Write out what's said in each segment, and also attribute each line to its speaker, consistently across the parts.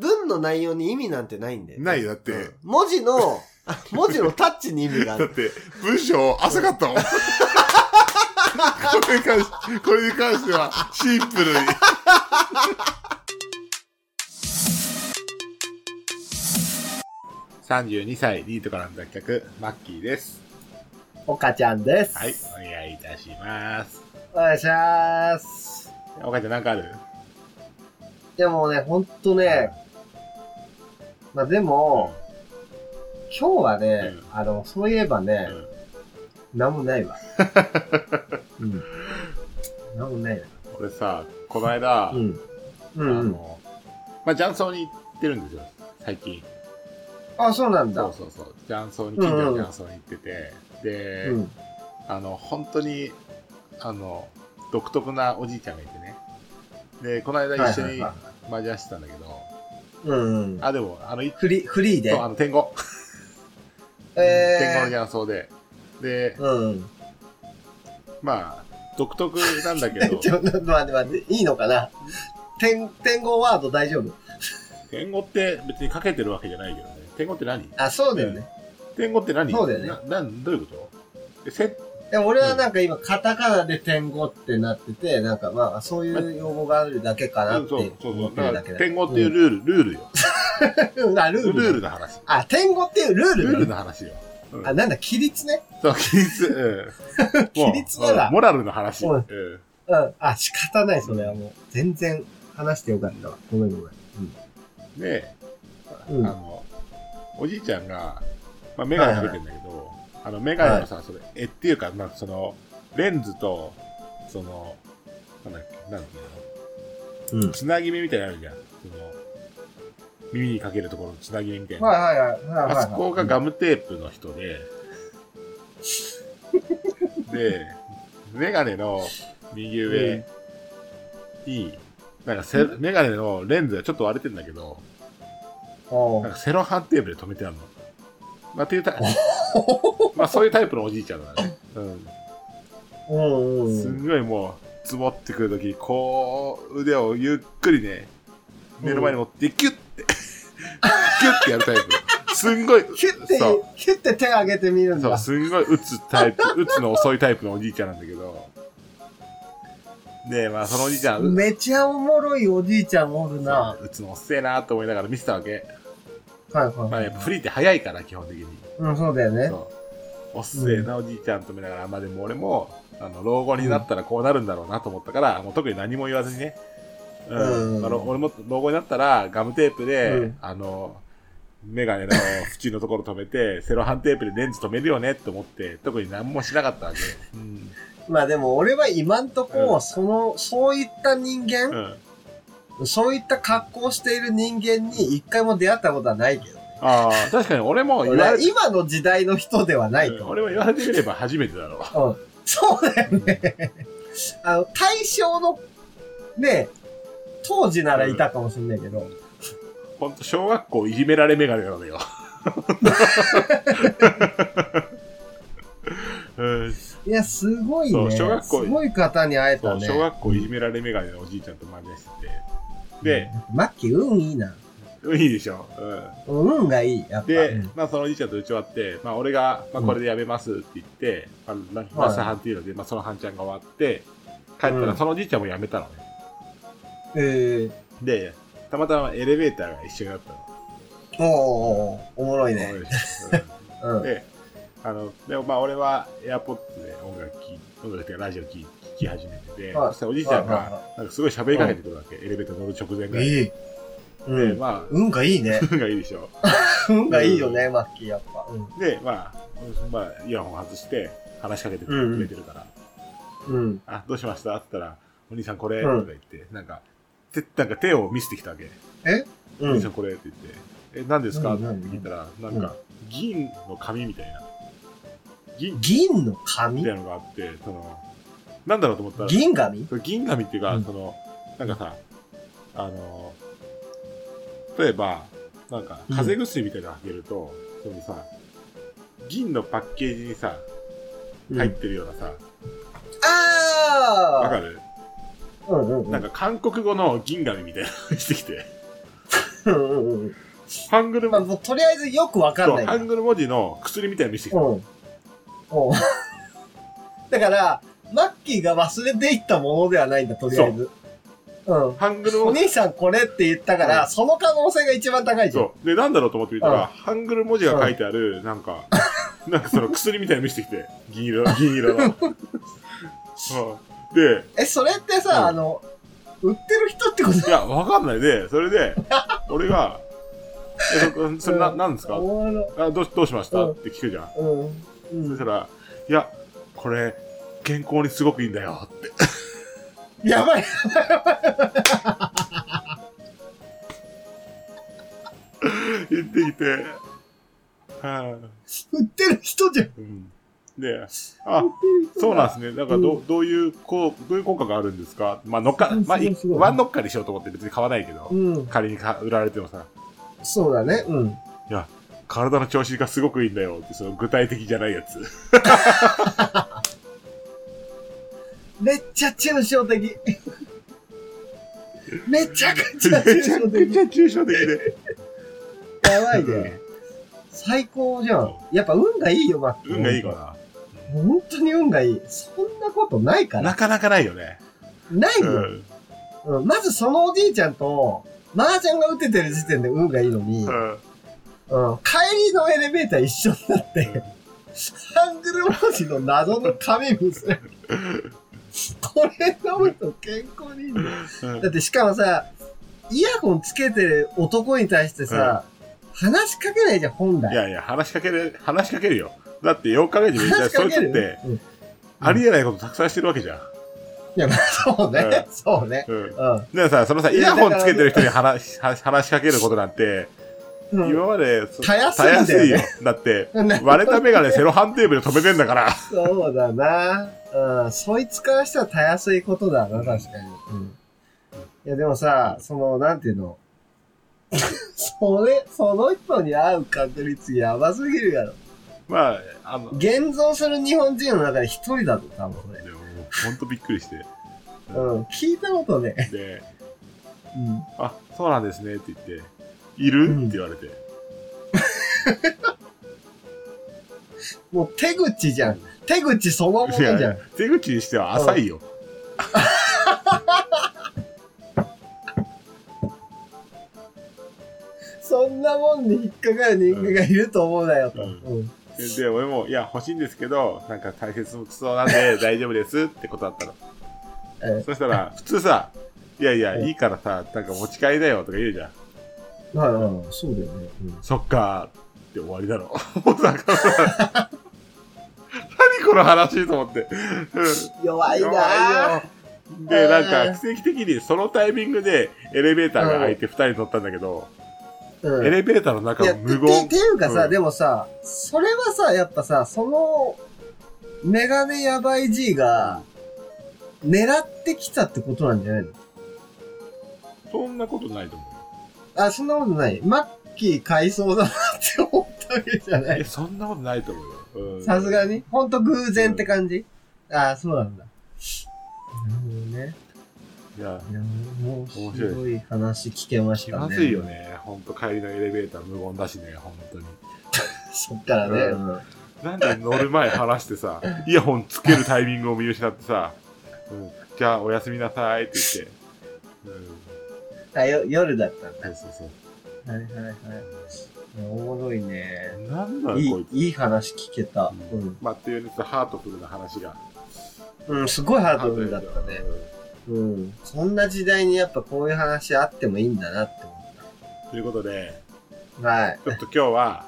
Speaker 1: 本の内容に意味なんてないんだよね。
Speaker 2: ないよ、だって。
Speaker 1: うん文字の、あ文字のタッチに意味があ
Speaker 2: だっ
Speaker 1: る。
Speaker 2: て、文章浅か ったもん。これに関し、これに関しては、シンプルに。32歳、リートからの脱却、マッキーです。
Speaker 3: 岡ちゃんです。
Speaker 2: はい、お願いいたします。
Speaker 3: お願いします。
Speaker 2: おかちゃん、なんかある
Speaker 3: でもね、ほんとね、まあでも、今日はね、
Speaker 2: う
Speaker 3: あの、そういえばね、
Speaker 2: うん
Speaker 3: なんもないわ。 うん。なんもないな。
Speaker 2: 俺さ、この間、
Speaker 3: うん。う
Speaker 2: あ
Speaker 3: ん、うん。
Speaker 2: の、まあ、ジャンソーに行ってるんですよ、最近。
Speaker 3: あ、そうなんだ。
Speaker 2: そううそうそう。ジャンソーに、近所のジャンソーに行ってて、で、
Speaker 3: ん。
Speaker 2: あの、本当に、あの、独特なおじいちゃんがいてね。で、この間一緒に
Speaker 3: はいはい
Speaker 2: マジャしてたんだけど、
Speaker 3: うん、うん。
Speaker 2: あ、でも、あの、い
Speaker 3: フリー、フリーで
Speaker 2: そう。あの、天狗。天狗の
Speaker 3: え
Speaker 2: ジャンソーで。で
Speaker 3: ー。、うん。、
Speaker 2: まあ、独特なんだけ ど
Speaker 3: ちょ、待って待って、いいのかな天、天候ワード大丈夫
Speaker 2: 天狗って別にかけてるわけじゃないけどね。天狗って何
Speaker 3: あ、そうだよね。
Speaker 2: 天狗って何
Speaker 3: そうだよね
Speaker 2: ななんどういうことえせ
Speaker 3: でも俺はなんか今、カタカナで点語ってなってて、なんかまあ、そういう用語があるだけかな
Speaker 2: そ
Speaker 3: っ
Speaker 2: う
Speaker 3: て
Speaker 2: そうそ
Speaker 3: 思っ
Speaker 2: う。
Speaker 3: て
Speaker 2: だ
Speaker 3: る
Speaker 2: から、
Speaker 3: だけだ。
Speaker 2: 天狗っていうルール、ルールよ。
Speaker 3: うんあ、ル
Speaker 2: ル
Speaker 3: ール。
Speaker 2: ールの話。
Speaker 3: あ、点語っていうルー
Speaker 2: ル
Speaker 3: ル
Speaker 2: ー
Speaker 3: だね
Speaker 2: ルの話よ。うん
Speaker 3: あ、なんだ、規律ね。
Speaker 2: そう、規律。うん。
Speaker 3: 規律なら
Speaker 2: もううんモラルの話。
Speaker 3: うん
Speaker 2: うん
Speaker 3: うん。あ、仕方ない、それはもう。全然話してよかったわ。ごめんごめん。
Speaker 2: で、
Speaker 3: うん
Speaker 2: あの、おじいちゃんが、まあ、メガネかけてんだけど、あの、メガネのさ、それ、えっていうか、まあ、その、レンズと、その、なんだっけ、なんてい
Speaker 3: う
Speaker 2: う
Speaker 3: ん
Speaker 2: の、。つなぎ目みたいなのあるじゃん。その、耳にかけるところのつなぎ目みたいな。
Speaker 3: はいはいはい。はいはいはい
Speaker 2: あそこがガムテープの人 で、で、メガネの右上に、なんかセ、メガネのレンズがちょっと割れてんだけど、
Speaker 3: お
Speaker 2: なん
Speaker 3: う
Speaker 2: かセロハンテープで止めてあるの。まあ、ってい うタイプ、まあ、そういうタイプのおじいちゃんだね。う
Speaker 3: うん
Speaker 2: ん。
Speaker 3: うん
Speaker 2: す
Speaker 3: うん
Speaker 2: んごいもう、ズボってくるとき、こう、腕をゆっくりね、目の前に持って、キュ ッて、キュッてやるタイプ。すんごい、
Speaker 3: ヒュッて
Speaker 2: そう、
Speaker 3: ヒュッて手挙げてみるん
Speaker 2: そう、
Speaker 3: だ。
Speaker 2: すんごい打つタイプ、打つの遅いタイプのおじいちゃんなんだけど。で、まあ、そのおじいちゃん、う
Speaker 3: めちゃおもろいおじいちゃんおるな。
Speaker 2: 打つの遅えなと思いながら見てたわけ。
Speaker 3: はいはい。
Speaker 2: まあ、やっぱフリーって早いから、基本的に。
Speaker 3: うん、そうだよね。
Speaker 2: そう。遅えなおじいちゃんと見ながら、まあでも俺も、あの、老後になったらこうなるんだろうなと思ったから、もう特に何も言わずにね。うん。
Speaker 3: うん
Speaker 2: まあろ俺も老後になったら、ガムテープで、
Speaker 3: うん
Speaker 2: あの、メガネの縁のところ止めて、セロハンテープでレンズ止めるよねって思って、特に何もしなかったわけ。うん。
Speaker 3: まあでも俺は今んとこ、
Speaker 2: うん
Speaker 3: その、そういった人
Speaker 2: う
Speaker 3: 間、
Speaker 2: ん。
Speaker 3: そういった格好をしている人間に一回も出会ったことはないけどね。
Speaker 2: ああ、確かに俺も言
Speaker 3: 俺
Speaker 2: わ
Speaker 3: は
Speaker 2: れて、
Speaker 3: 今の時代の人ではないと思う。
Speaker 2: 俺も言われてみれば初めてだろう。
Speaker 3: うん。そうだ よね。あの、対象の、ね、当時ならいたかもしれないけど、
Speaker 2: ほんと、小学校いじめられメガネなのよ。うん
Speaker 3: いや、すごい
Speaker 2: そう
Speaker 3: ね。
Speaker 2: 小学校
Speaker 3: すごい方に会え
Speaker 2: そ
Speaker 3: た
Speaker 2: う
Speaker 3: ね。
Speaker 2: 小学校いじめられメガネのおじいちゃんと真似してて。
Speaker 3: マッキー、運いいな。
Speaker 2: で、いいでしょ。うん
Speaker 3: うん運がいい、やっぱ。
Speaker 2: で、
Speaker 3: うん
Speaker 2: まあ、そのおじいちゃんと打ち終わって、まあ、俺が、まあ、これでやめますって言って、まあ、ララスハンっていうので、まあ、そのハンちゃんが終わって、帰った
Speaker 3: う
Speaker 2: ら、
Speaker 3: ん
Speaker 2: そのおじいちゃんも辞めたのね。
Speaker 3: えー、
Speaker 2: で、たまたまエレベーターが一緒だったの。
Speaker 3: おーおーおーおもろいね。
Speaker 2: うん
Speaker 3: うん。
Speaker 2: で、あの、でもまあ俺は AirPods で音楽聴き、音楽っていうかラジオ聴き聴き始めてて、
Speaker 3: はい
Speaker 2: そしたらおじいちゃん
Speaker 3: はいはい
Speaker 2: が、なんかすごい喋りかけてくるわけ、エレベーター乗る直前ぐらい。
Speaker 3: いい。う
Speaker 2: で、
Speaker 3: ん。
Speaker 2: まあ、
Speaker 3: 運がいいね。
Speaker 2: 運がいいでしょ。
Speaker 3: 運がいいよね、マッキー、やっぱ。うん。
Speaker 2: で、まあ、まあ、イヤホン外して話しかけてくれてるから、
Speaker 3: うん。
Speaker 2: あ、どうしましたって言ったら、お兄さんこれ、
Speaker 3: うん
Speaker 2: とか言って、なんか、てなんか手を見せてきたわけ。
Speaker 3: う
Speaker 2: お兄さ
Speaker 3: ん。
Speaker 2: んこれって言って、え、何ですか
Speaker 3: うん
Speaker 2: って
Speaker 3: うんうん
Speaker 2: 聞いたら、なんか、銀の紙みたいな。銀
Speaker 3: 銀の
Speaker 2: み
Speaker 3: 紙
Speaker 2: たいなのがあって、その、なんだろうと思ったら、
Speaker 3: 銀紙
Speaker 2: その銀紙っていうか、
Speaker 3: うん
Speaker 2: その、なんかさ、あの、例えば、なんか、
Speaker 3: うん
Speaker 2: 風邪薬みたいなのあげると、そのさ、銀のパッケージにさ、
Speaker 3: うん
Speaker 2: 入ってるようなさ、わ、か
Speaker 3: あ
Speaker 2: る、
Speaker 3: あうんうんう
Speaker 2: な
Speaker 3: ん。
Speaker 2: んか韓国語の銀紙みたいなのしてきて。
Speaker 3: うんうんうん。
Speaker 2: ハングル
Speaker 3: まあ、
Speaker 2: 文字、
Speaker 3: もうとりあえずよくわかん
Speaker 2: そ
Speaker 3: な
Speaker 2: う
Speaker 3: い
Speaker 2: ハ
Speaker 3: な。
Speaker 2: ングル文字の薬みたいに見せてき
Speaker 3: う
Speaker 2: た。
Speaker 3: ん。うん。 だから、マッキーが忘れていったものではないんだ、とりあえず。うん。
Speaker 2: ハングル
Speaker 3: お
Speaker 2: 文字、
Speaker 3: 兄さんこれって言ったから、その可能性が一番高いじゃん。
Speaker 2: そう。で、なんだろうと思って見た
Speaker 3: うん
Speaker 2: ら、ハングル文字が書いてある、なんか、なんかその薬みたいに見せてきて、銀色、銀 色の。うんで、
Speaker 3: え、それってさ、
Speaker 2: うん
Speaker 3: あの、売ってる人ってこと
Speaker 2: いや、わかんないで、それで、俺が、えそそれな、なんですか
Speaker 3: おもろ
Speaker 2: あどうどうしました、
Speaker 3: うん
Speaker 2: って聞くじゃん。
Speaker 3: うん。う
Speaker 2: そした
Speaker 3: ん。
Speaker 2: ら、いや、これ、健康にすごくいいんだよって。
Speaker 3: やばい。
Speaker 2: 言ってきて、は
Speaker 3: 売ってる人じゃん。
Speaker 2: い、うん。で、あ、そうなんですね。なんかど、うどういう、こう、どういう効果があるんですかまあ、乗っか
Speaker 3: うん、
Speaker 2: まあ、
Speaker 3: す
Speaker 2: い
Speaker 3: ごいすごい
Speaker 2: ワン乗っかりしようと思って別に買わないけど、
Speaker 3: うん。
Speaker 2: 仮にか売られてもさ、
Speaker 3: そうだね。うん。
Speaker 2: 体の調子がすごくいいんだよって、その具体的じゃないやつ。
Speaker 3: めっちゃ抽象的。めちゃくちゃ
Speaker 2: めちゃ
Speaker 3: 抽象
Speaker 2: くち
Speaker 3: 的。
Speaker 2: ゃ抽象的で。
Speaker 3: やばいね。最高じゃん。やっぱ運がいいよ、マッキー。
Speaker 2: 運がいいか
Speaker 3: 本当に運がいい。そんなことないから
Speaker 2: な。な。かなかないよね。
Speaker 3: ないよ、
Speaker 2: うん。
Speaker 3: うんまずそのおじいちゃんと、麻雀が打ててる時点で運がいいのに、うん、
Speaker 2: うん
Speaker 3: 帰りのエレベーター一緒になって、ハングル文字の謎の紙見せ る。これ飲むと健康にいいんだよ。
Speaker 2: うん
Speaker 3: だってしかもさ、イヤホンつけてる男に対してさ、話しかけないじゃん、本
Speaker 2: い
Speaker 3: 来。
Speaker 2: やいや、話しかける、話しかけるよ。だって、よく考えてみたら、
Speaker 3: 話し
Speaker 2: そ
Speaker 3: か
Speaker 2: いつ
Speaker 3: ける
Speaker 2: って、
Speaker 3: うん、い
Speaker 2: ありえないことたくさんしてるわけじゃん。
Speaker 3: や、まあそうね、そうね。
Speaker 2: うん。
Speaker 3: うん。
Speaker 2: でさ、そのさ、
Speaker 3: い
Speaker 2: イ
Speaker 3: や
Speaker 2: ヤホンつけてる人に話、話話しかけることなんて、
Speaker 3: うん
Speaker 2: 今まで、そ
Speaker 3: たやすいんだよね
Speaker 2: たやすいよだって、
Speaker 3: なんか
Speaker 2: 割れたメガネセロハンテーブルで止めてんだから。
Speaker 3: そうだな。うん。そいつからしたらたやすいことだな、確かに。うん。いや、でもさ、その、なんていうの。 それ、その人に会う確率やばすぎるやろ。
Speaker 2: まあ、あの、
Speaker 3: 現存する日本人の中で一人だと、多分ね。
Speaker 2: でもほんとびっくりして。
Speaker 3: うん。聞いたことね。
Speaker 2: で、
Speaker 3: うん。
Speaker 2: あ、そうなんですねって言って、いる、
Speaker 3: うん
Speaker 2: って言われて。
Speaker 3: もう手口じゃん。手口そのもの
Speaker 2: い
Speaker 3: じ
Speaker 2: や
Speaker 3: ゃん。
Speaker 2: 手口にしては浅いよ。
Speaker 3: そんなもんに引っかかる人間がいると思うなよと。
Speaker 2: う
Speaker 3: うんん。
Speaker 2: でで、俺も、いや、欲しいんですけど、なんか大切そうなんで 大丈夫ですってことだったの
Speaker 3: え。
Speaker 2: そしたら、普通さ、いやいや、
Speaker 3: え
Speaker 2: いいからさ、なんか持ち帰りだよとか言うじゃん。
Speaker 3: はいはい、そうだよね。うん
Speaker 2: そっかーって終わりだろ。 もうだからさ何この話と思って。うん
Speaker 3: 弱いな
Speaker 2: 弱い
Speaker 3: ぁ
Speaker 2: よ。で、なんか奇跡的にそのタイミングでエレベーターが開いて2人乗ったんだけど、
Speaker 3: うん
Speaker 2: エレベーターの中
Speaker 3: いや、
Speaker 2: は
Speaker 3: て
Speaker 2: 無
Speaker 3: て
Speaker 2: 言
Speaker 3: て。いうかさ、
Speaker 2: うん
Speaker 3: でもさ、それはさ、やっぱさ、その、メガネやばい G が、狙ってきたってことなんじゃないの
Speaker 2: そんなことないと思うよ。
Speaker 3: あ、そんなことない。マッキー買いそうだなって思ったわけじゃな
Speaker 2: え、
Speaker 3: い。
Speaker 2: そんなことないと思うよ。うん
Speaker 3: さすがに。ほんと偶然って感じ、あ、そうなんだ。なるほどね。
Speaker 2: いや、
Speaker 3: いや、もう、すごい話聞けまし
Speaker 2: 気
Speaker 3: たね。
Speaker 2: まずいよ。ね。ほんと帰りのエレベーター無言だしね、ほんとに。
Speaker 3: そっからね。
Speaker 2: うんなんで乗る前話し てさ、イヤホンつけるタイミングを見失ってさ、うん、じゃあおやすみなさいって言って。うん
Speaker 3: あよ夜だったんだ。
Speaker 2: そうそうそ
Speaker 3: はいはいはい。おもろいね。
Speaker 2: う。なんだよ、
Speaker 3: い
Speaker 2: こい
Speaker 3: い
Speaker 2: つ。
Speaker 3: いい話聞けた。う
Speaker 2: うん
Speaker 3: ん。
Speaker 2: まあ、っていうね、ちょっとハートフルな話が。
Speaker 3: うん、すごいハードルだったね。
Speaker 2: う
Speaker 3: うん。こんな時代にやっぱこういう話あってもいいんだなって思
Speaker 2: んということで、
Speaker 3: う。はい。
Speaker 2: ちょっと今日は、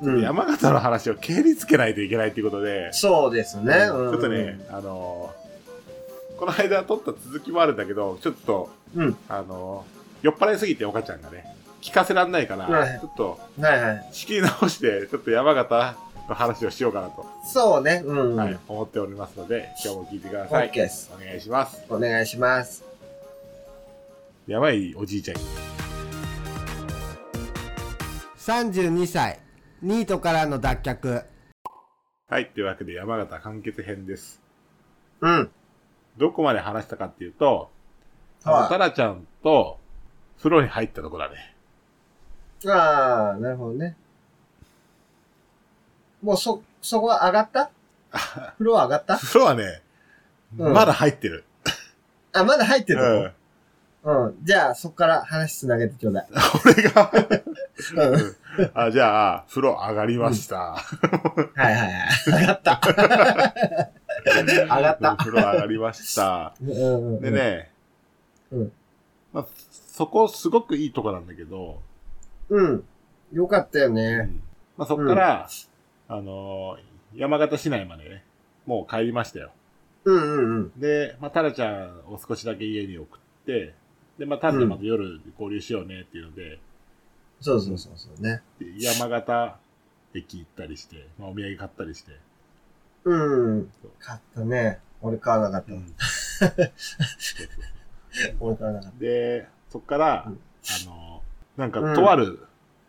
Speaker 3: うん。
Speaker 2: 山形の話を蹴りつけないといけないということで、
Speaker 3: そうですね。
Speaker 2: ち
Speaker 3: うん
Speaker 2: ょっとね、。あのーこの間撮った続きもあるんだけど、ちょっと、
Speaker 3: うん。
Speaker 2: あのー酔っ払いすぎて、おかちゃんがね、聞かせらんないから、
Speaker 3: はい
Speaker 2: ちょっと、
Speaker 3: はいはい。
Speaker 2: 仕切り直して、ちょっと山形の話をしようかなと、
Speaker 3: そうね。うん。
Speaker 2: はい、思っておりますので、今日も聞いてくだ
Speaker 3: オ
Speaker 2: さい
Speaker 3: ッ。ケーです。
Speaker 2: お願いします。
Speaker 3: お願いします。
Speaker 2: やばいおじいちゃん。
Speaker 1: 32歳ニートからの脱却
Speaker 2: はい、というわけで山形完結編です。
Speaker 3: うん。
Speaker 2: どこまで話したかっていうと、あのタ
Speaker 3: は
Speaker 2: ラちゃんと風呂に入ったとこだね。
Speaker 3: い。ああ、なるほどね。もうそ、そこは上が ったフロア上がった
Speaker 2: フロアね、
Speaker 3: うん
Speaker 2: まだ入ってる。
Speaker 3: あ、まだ入って
Speaker 2: う
Speaker 3: るの、
Speaker 2: ん。
Speaker 3: うん、じゃあ、そこから話つなげてちょうだい。
Speaker 2: 俺が、
Speaker 3: うん。はい
Speaker 2: うんあ、じゃあ、風呂上がりまし た。
Speaker 3: はいはい。上がった。上がった。
Speaker 2: 風呂上がりました。
Speaker 3: うんうんうん
Speaker 2: で。ね、
Speaker 3: うん
Speaker 2: まあ、そこすごくいいとこなんだけど、
Speaker 3: うん。よかったよ
Speaker 2: う
Speaker 3: ね。
Speaker 2: んまあ、そこから、あのー山形市内までね、もう帰りましたよ。
Speaker 3: うんうんうん。
Speaker 2: で、まあ、タラちゃんを少しだけ家に送って、で、まあ、タラちゃんまた夜合流しようねっていうので、
Speaker 3: そうそうそうそうね。
Speaker 2: で山形駅行ったりして、まあ、お土産買ったりして、
Speaker 3: うん。買ったね。俺買わなかった。
Speaker 2: そうそう
Speaker 3: 俺買わなかっ
Speaker 2: で、そっから、
Speaker 3: うん
Speaker 2: あの、なん
Speaker 3: う
Speaker 2: か、
Speaker 3: ん
Speaker 2: とある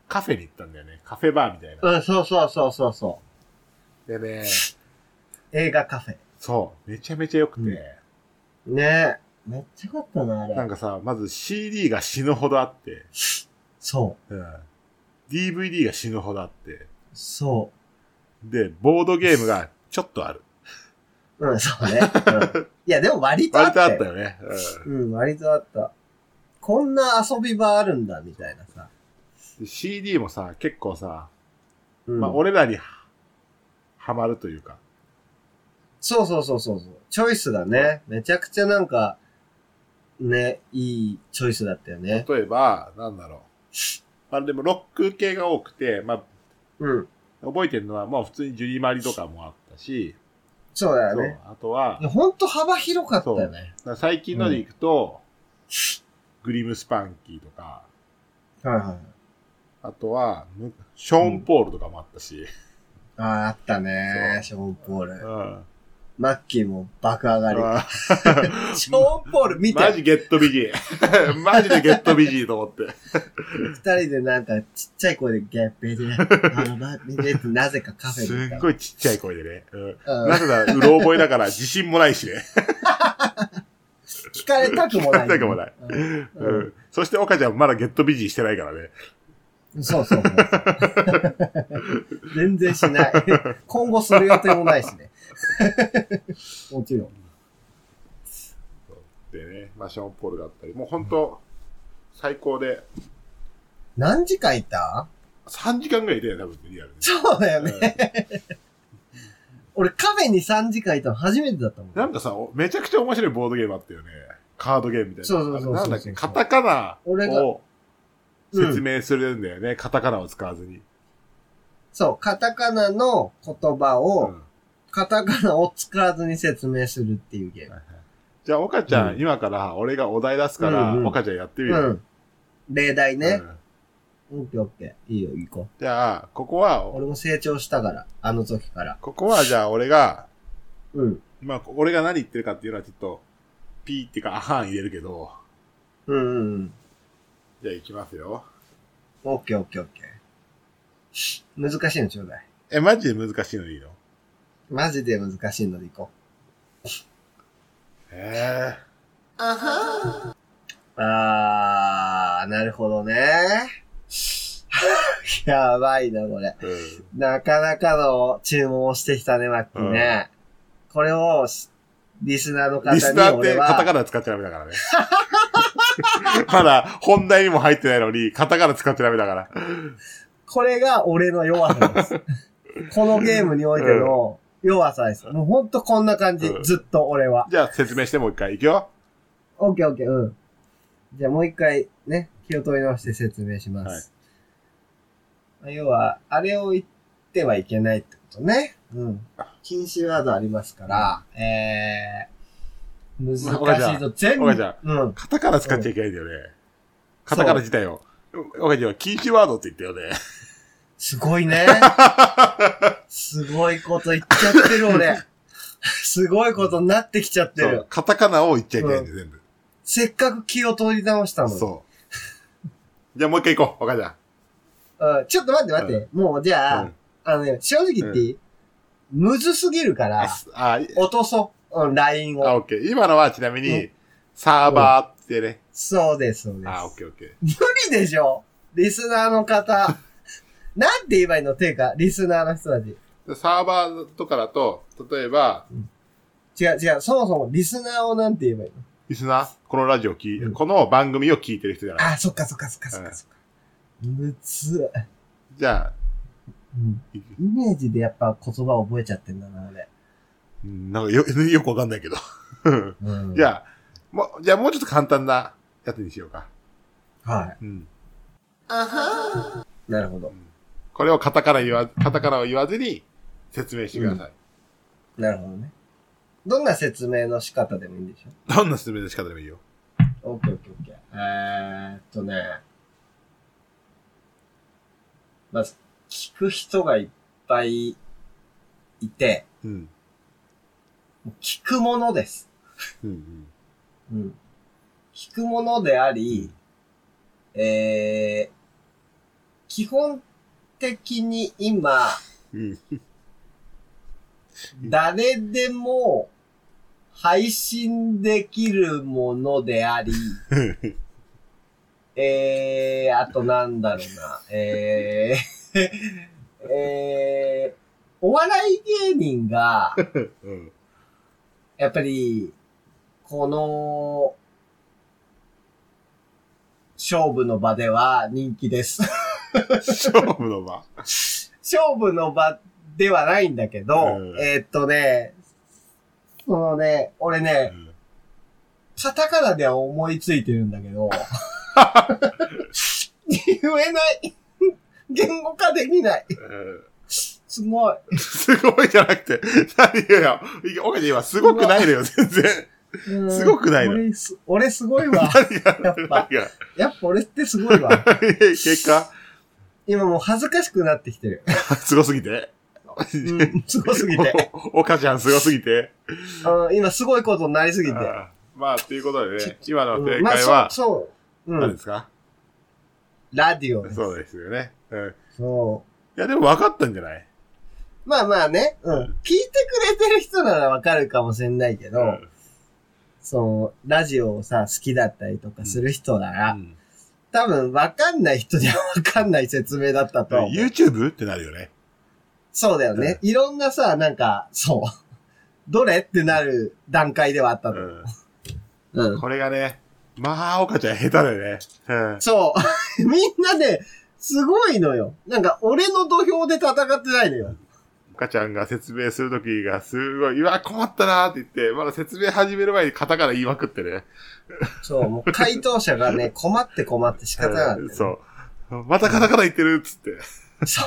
Speaker 2: カフェに行ったんだよね。カフェバーみたい
Speaker 3: た。
Speaker 2: な。
Speaker 3: うん、そうそうそうそうそ
Speaker 2: でね、
Speaker 3: う。映画カフェ。
Speaker 2: そう、めちゃめちゃ良くて、
Speaker 3: ねめっちゃよかったな、あ
Speaker 2: な
Speaker 3: れ。
Speaker 2: んかさ、まず CD が死ぬほどあって、
Speaker 3: そう。
Speaker 2: うん、DVD が死ぬほどあって、
Speaker 3: そ
Speaker 2: で、ボードゲームがちょっとある。
Speaker 3: う。うん、そうね。うん、いや、でも割とあ
Speaker 2: 割
Speaker 3: っ
Speaker 2: と
Speaker 3: た
Speaker 2: あ
Speaker 3: よ。
Speaker 2: ったよね。うん
Speaker 3: うん、割とあった。こんな遊び場あるんだ、みたいなさ。
Speaker 2: で CD もさ、結構さ、
Speaker 3: うん、
Speaker 2: まあ、俺らにははまるというか、
Speaker 3: そうそうそうそうそう。チョイスだね。めちゃくちゃなんか、ね、いいチョイスだったよね。
Speaker 2: 例えば、なんだろう。まあ、でもロック系が多くて、まあ、
Speaker 3: うん。
Speaker 2: 覚えてるのは、まあ普通にジュリマリとかもあったし、
Speaker 3: そうだ
Speaker 2: そ
Speaker 3: よ
Speaker 2: う
Speaker 3: ね。
Speaker 2: あとは、
Speaker 3: いやほんと幅広かったよね。
Speaker 2: 最近のでいくと、グリムスパンキーとか、
Speaker 3: はいはい。
Speaker 2: あとは、むショーン・ポールとかもあったし、
Speaker 3: ああ、あったねショーン・ポー
Speaker 2: う
Speaker 3: ル。
Speaker 2: ん。
Speaker 3: マッキーも爆上がり。
Speaker 2: あ
Speaker 3: ショーン・ポール見て、
Speaker 2: マジゲットビジー。 マジでゲットビジーと思 って。
Speaker 3: 二人でなんかちっちゃい声でゲッペで、あの、な、でってなぜかカフェ
Speaker 2: す
Speaker 3: に行った
Speaker 2: っごいちっちゃい声でね。うん
Speaker 3: うん
Speaker 2: なぜなら、うろ覚えだから自信もないしね。
Speaker 3: 聞かれたくもない。
Speaker 2: 聞かれたくもない
Speaker 3: うん
Speaker 2: う。ん。そして、岡ちゃんまだゲットビジーしてないからね。
Speaker 3: うんそうそうそうそう。全然し ない。今後する予定もないしね。もちろん。
Speaker 2: でね、まあ、ショーン・ポールがあったり、もう本当最高で、
Speaker 3: 何時間いた
Speaker 2: 3時間ぐらいいたよ、多分、リアルに。
Speaker 3: そうだよね。俺カフェに3時間いたの初めてだったもん。
Speaker 2: なんかさ、おめちゃくちゃ面白いボードゲームあったよね。カードゲームみたいな。
Speaker 3: そうそうそうそう
Speaker 2: あれなんだっけ、カタカナ
Speaker 3: 俺
Speaker 2: を
Speaker 3: が
Speaker 2: 説明するんだよね。カタカナを使わずに。
Speaker 3: そう、カタカナの言葉
Speaker 2: う
Speaker 3: を、
Speaker 2: ん
Speaker 3: カタカナを使わずに説明するっていうゲーム。
Speaker 2: じゃあ、岡ちゃん、
Speaker 3: う
Speaker 2: 今から俺がお題出すから、
Speaker 3: うんうん
Speaker 2: 岡ちゃんやってみる。
Speaker 3: うん。例題ね
Speaker 2: う。ん
Speaker 3: オッケーオッケー。いいよ、行こ
Speaker 2: じゃあ、ここは
Speaker 3: う。、俺も成長したから、あの時から。
Speaker 2: ここはじゃあ俺が、
Speaker 3: うん。
Speaker 2: まあ、俺が何言ってるかっていうのはちょっと、ピーっていうか、アハーン入れるけど、
Speaker 3: うんうんうん。
Speaker 2: じゃあ行きますよ。
Speaker 3: オッケーオッケーオッケー。難しいのちょうだい。
Speaker 2: え、マジで難しいのいいの
Speaker 3: マジで難しいのでいこ
Speaker 2: へ
Speaker 3: う。あー、なるほどね。 やばいな、これ。
Speaker 2: え。うん。
Speaker 3: なかなかの注文をしてきたね、マッキーね。これをし、リスナーの方
Speaker 2: リスナ
Speaker 3: に
Speaker 2: ーって
Speaker 3: 俺
Speaker 2: カタカ
Speaker 3: は、
Speaker 2: ナ使っちゃダメだからね。 まだ本題にも入ってないのに、カタカナ使っちゃダメだから。
Speaker 3: これが俺の弱さ です。このゲームにおいての弱さです。もうほんとこんな感じ
Speaker 2: う、ん
Speaker 3: ずっと俺は。
Speaker 2: じゃあ説明してもう一回いくよ。
Speaker 3: オッケーオッケー、うん。じゃあもう一回ね、気を取り直して説明します。要は、あれを言ってはいけないってことね。うん。禁止ワードありますから、えー、難しいぞ。全部。
Speaker 2: 岡ちゃ
Speaker 3: うん。
Speaker 2: カタカナ使っちゃいけないんだよね。カタカナ自体を。おかちゃんは禁止ワードって言ったよね。
Speaker 3: すごい ね。すごいこと言っちゃってる俺。すごいことになってきちゃって
Speaker 2: そ
Speaker 3: る
Speaker 2: う。。カタカナを言っちゃいけないんだよ、全部。
Speaker 3: せっかく気を取り直したのに。
Speaker 2: そう。じゃあもう一回行こう、おかちゃん。
Speaker 3: うんちょっと待って待って。もうじゃあ、
Speaker 2: うん
Speaker 3: あのね、正直言っていい、むずすぎるから
Speaker 2: あ、、すあ、い
Speaker 3: 落とそう。うん、LINE
Speaker 2: あ
Speaker 3: を。
Speaker 2: オッケー。今のはちなみ
Speaker 3: う
Speaker 2: に、サーバーってね。
Speaker 3: そうです、そうです。
Speaker 2: あ、オッケーオッケー。
Speaker 3: 無理でしょリスナーの 方。なんて言えばいいのっていうか、リスナーの人たち。
Speaker 2: でサーバーとかだと、例えば、
Speaker 3: 違う違う、そもそもリスナーをなんて言えばいいの
Speaker 2: リスナー、このラジオ聞い、
Speaker 3: うん
Speaker 2: この番組を聞いてる人じゃない。
Speaker 3: あ、そっかそっかそっかそっかそっか。むつ。
Speaker 2: じゃあ、
Speaker 3: うん。
Speaker 2: い
Speaker 3: イメージでやっぱ言葉覚えちゃってんだな、俺。
Speaker 2: うんなんかよ、よくわかんないけど。
Speaker 3: うん。
Speaker 2: じゃあ、もう、じゃあもうちょっと簡単なやつにしようか。
Speaker 3: あ。はい。
Speaker 2: うん。
Speaker 3: なるほど。
Speaker 2: これをカタカナ言わ、カタカナを言わずに説明してください。
Speaker 3: なるほどね。どんな説明の仕方でもいいんでしょ
Speaker 2: どんな説明の仕方でもいいよ。
Speaker 3: オッケーオッケーオッケー。えーっとね。まず、聞く人がいっぱいいて、
Speaker 2: うん。
Speaker 3: 聞くものです。
Speaker 2: うん。
Speaker 3: うん。聞くものであり、えー、基本的に今、
Speaker 2: うん。
Speaker 3: 誰でも配信できるものであ り、えー、あとなんだろうな、えー、 えー、お笑い芸人が、
Speaker 2: うん。
Speaker 3: やっぱり、この、勝負の場では人気です。
Speaker 2: 勝負の場。
Speaker 3: 勝負の場ではないんだけど、
Speaker 2: うん
Speaker 3: えーっとね、そのね、俺
Speaker 2: う
Speaker 3: ね、
Speaker 2: ん
Speaker 3: カタカナでは思いついてるんだけど、言えない。言語化できない。
Speaker 2: うん
Speaker 3: すごい。
Speaker 2: すごいじゃなくて、何よよ。おかしい今、すごくないのよ、全然。
Speaker 3: うん
Speaker 2: すごくないの
Speaker 3: 俺す俺すごい わ。やっ
Speaker 2: 何が
Speaker 3: ぱ、やっぱ俺ってすごいわ。
Speaker 2: 結果、
Speaker 3: 今もう恥ずかしくなってきてる。
Speaker 2: すごすぎて。
Speaker 3: うん、すごすぎて。
Speaker 2: おおかちゃんすごすぎて。
Speaker 3: うん今すごいことになりすぎて。
Speaker 2: あーまあ、ということでね、今の
Speaker 3: う
Speaker 2: 正
Speaker 3: んま
Speaker 2: 解
Speaker 3: あ、
Speaker 2: は、
Speaker 3: そう、そう。う
Speaker 2: 何で
Speaker 3: ん。
Speaker 2: すか
Speaker 3: ラディオです。
Speaker 2: そうですよね。うん。い
Speaker 3: そ。
Speaker 2: や、でも分かったんじゃないう
Speaker 3: まあまあね、うん。聞いてくれてる人ならわかるかもしれないけど、
Speaker 2: うん
Speaker 3: その、ラジオをさ、好きだったりとかする人なら、
Speaker 2: うん
Speaker 3: 多分わかんない人にはわかんない説明だったとは思う。
Speaker 2: YouTube? ってなるよね。
Speaker 3: そうだよね。いろんなさ、なんか、そう。 どれってなる段階ではあった
Speaker 2: う
Speaker 3: と思う。
Speaker 2: ん。
Speaker 3: うん。
Speaker 2: これがね、まあ、おかちゃん下手だよね。うん。
Speaker 3: そう。 みんなね、すごいのよ。なんか、俺の土俵で戦ってないのよ。
Speaker 2: おかちゃんが説明するときがすごい、うわ、困ったなーって言って、まだ説明始める前にカタカナ言いまくってね。
Speaker 3: そう、もう回答者がね、 困って困って仕方なかった、
Speaker 2: うん
Speaker 3: ね。
Speaker 2: そう。またカタカナ言ってるっつって。
Speaker 3: そ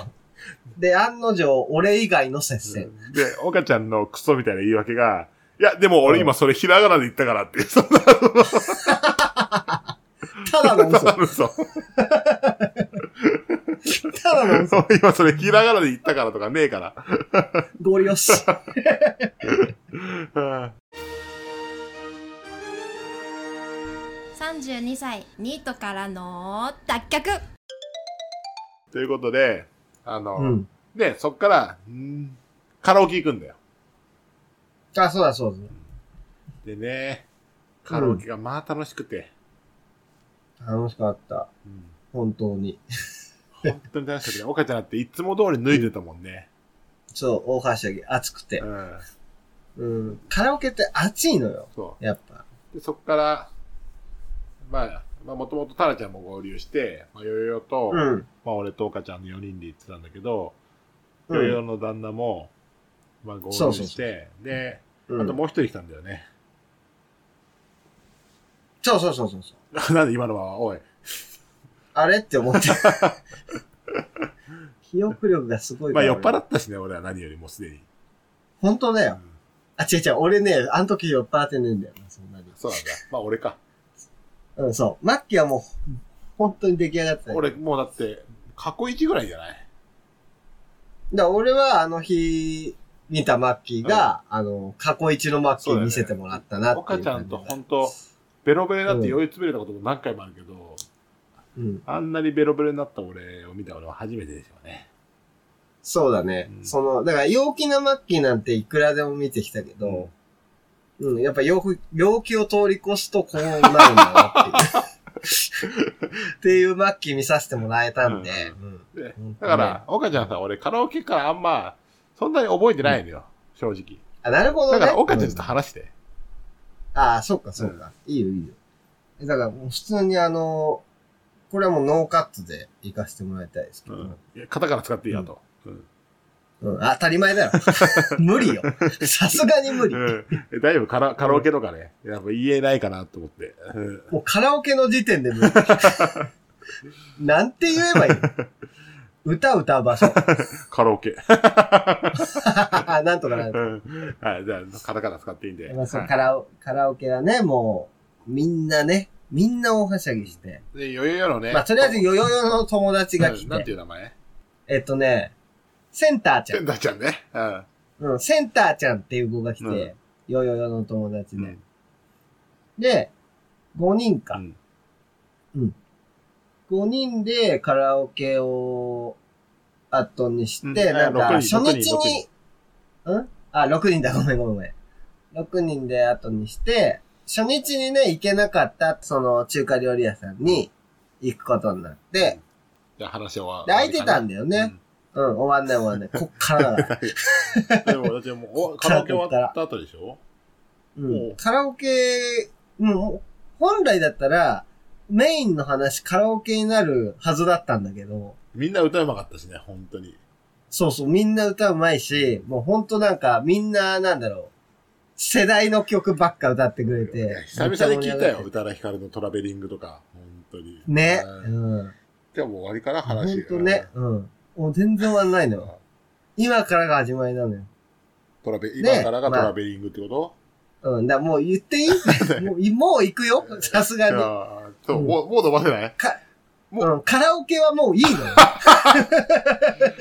Speaker 3: う。で、案の定、俺以外の接戦。
Speaker 2: で、岡ちゃんのクソみたいな言い訳が、いや、でも俺今それひらがなで言ったからって、 そんな
Speaker 3: ただの 嘘。
Speaker 2: 嘘。
Speaker 3: ただの嘘。
Speaker 2: 今それひらがなで言ったからとかねえから。
Speaker 3: ゴリ押し。
Speaker 2: うん
Speaker 4: 32歳ニートからの脱却
Speaker 2: ということで、あの、
Speaker 3: うん。
Speaker 2: で、そっから、うんカラオケ行くんだよ。
Speaker 3: あ、そうだそう
Speaker 2: でね、カラオケがまあ楽しくて、
Speaker 3: だ。楽しかった。
Speaker 2: うん
Speaker 3: 本当に。
Speaker 2: 本当に楽しくて、岡ちゃんだっていつも通り脱いでたもんね。
Speaker 3: そう、大はしゃぎ、暑くて
Speaker 2: う。ん。
Speaker 3: うん。カラオケって暑いのよ。
Speaker 2: そ
Speaker 3: やっぱ。
Speaker 2: う。で、そっから、まあ、まあ、もともとタラちゃんも合流して、まあ、ヨヨヨと、
Speaker 3: うん。
Speaker 2: まあ、俺と岡ちゃんの4人で行ってたんだけど、
Speaker 3: う
Speaker 2: ヨヨ
Speaker 3: ん。
Speaker 2: の旦那も、まあ、合流して、
Speaker 3: そうそうそ
Speaker 2: で、
Speaker 3: うん
Speaker 2: あともう一人来たんだよね。
Speaker 3: そうそうそうそうそう。
Speaker 2: なんで今のは、おい。
Speaker 3: あれって思って。 記憶力がすごい
Speaker 2: ま
Speaker 3: か
Speaker 2: あ、
Speaker 3: ら。
Speaker 2: 酔っ払ったしね、俺は何よりもすでに。
Speaker 3: 本当だ
Speaker 2: う
Speaker 3: よ。
Speaker 2: ん
Speaker 3: あ、違う違う。俺ね、あの時酔っ払ってねえんだよな、そんなに。
Speaker 2: そうなんだ。まあ、俺か。
Speaker 3: うん、そう。マッキーはもう、本当に出来上がってたよ。
Speaker 2: 俺、もうだって、過去一ぐらいじゃない
Speaker 3: だから俺はあの日、見たマッキーが、あの、過去一のマッキーを見せてもらったなっていう感
Speaker 2: 岡
Speaker 3: じ
Speaker 2: ち
Speaker 3: だ
Speaker 2: ゃんと本当ベロベロになって酔いつぶれたことも何回もあるけど、
Speaker 3: うん。
Speaker 2: あんなにベロベロになった俺を見た俺は初めてでしょうね。
Speaker 3: そうだね。
Speaker 2: うん
Speaker 3: その、だから陽気なマッキーなんていくらでも見てきたけど、 うん、やっぱ陽気、陽気を通り越すとこうなるんだなっていう。っていう末期見させてもらえたんで。
Speaker 2: で
Speaker 3: うん
Speaker 2: だから、岡ちゃんさ、俺カラオケからあんま、そんなに覚えてないのよ、正直。
Speaker 3: あ、なるほどね。
Speaker 2: だから、岡ちゃんちょっと
Speaker 3: う
Speaker 2: 話して。
Speaker 3: ああ、そっかそっか。いいよいいよ。えだからもう普通にあの、これはもうノーカットで行かせてもらいたいですけ
Speaker 2: う
Speaker 3: ど。
Speaker 2: ん。いやカタカナ使っていいやと。うん。
Speaker 3: うん、当たり前だよ。無 理よ。さすがに無理。
Speaker 2: うん。大丈夫カラカラオケとかね。やっぱ言えないかなと思って。うん
Speaker 3: もうカラオケの時点で無理。 なんて言えばいいの歌歌う場所。
Speaker 2: カラオケ。
Speaker 3: なんとかなる。
Speaker 2: うんはい、じゃあ、カタカナ使っていいんで。
Speaker 3: まあそう
Speaker 2: はい
Speaker 3: カラオカラオケはね、もう、みんなね、みんな大はしゃぎして。
Speaker 2: で、よよよのね。
Speaker 3: まあ、とりあえず、よよよの友達が来
Speaker 2: うんなんて
Speaker 3: て。
Speaker 2: いう名前
Speaker 3: えっとね、センターちゃ
Speaker 2: セン
Speaker 3: ん。
Speaker 2: ターちゃんね。うん
Speaker 3: うん、センターちゃんっていう子が来
Speaker 2: うん
Speaker 3: て、よよよの友達
Speaker 2: う
Speaker 3: で
Speaker 2: ん。。
Speaker 3: で、5人
Speaker 2: う
Speaker 3: か。
Speaker 2: ん
Speaker 3: 5人でカラオケを後にし
Speaker 2: うん
Speaker 3: て、なんか、
Speaker 2: あ六
Speaker 3: 初
Speaker 2: 人
Speaker 3: 日
Speaker 2: 六
Speaker 3: に
Speaker 2: 人、
Speaker 3: うんあ、6人だ、ごめんごめんごめん。6人で後にして、初日にね、行けなかった、その中華料理屋さんに行くことになって、
Speaker 2: じゃあ話は。
Speaker 3: で、空いてたんだよね。うん、終わんない終わんない。こっからだ から。
Speaker 2: うん。でも、私はもうお、カラオケ終わった後でしょ
Speaker 3: う、
Speaker 2: おうん
Speaker 3: カラオケ、うん、本来だったら、メインの話カラオケになるはずだったんだけど、
Speaker 2: みんな歌うまかったしね、本当に。
Speaker 3: そうそう、みんな歌うまいし、もうほんとなんか、みんな、なんだろう、世代の曲ばっか歌ってくれ
Speaker 2: いや
Speaker 3: て。
Speaker 2: 久々に聞
Speaker 3: めっちゃ盛
Speaker 2: いたよ、
Speaker 3: り上がって。
Speaker 2: 宇多田ヒカルのトラベリングとか、本当に。
Speaker 3: ね。
Speaker 2: う
Speaker 3: うんん。
Speaker 2: 今日もう終わりかな、
Speaker 3: ほ
Speaker 2: 話。
Speaker 3: んとね。うん。もう全然終わんないの
Speaker 2: うん。
Speaker 3: よ。今からが始まりなのよ。
Speaker 2: トラベ、
Speaker 3: ね
Speaker 2: 今からがトラベリングってこと
Speaker 3: うん。だからもう言っていいもういもう行くよ。さすが
Speaker 2: い
Speaker 3: に。
Speaker 2: やそう、
Speaker 3: うん
Speaker 2: もう、もう伸ばせないも
Speaker 3: うん。カラオケはもういいのよ。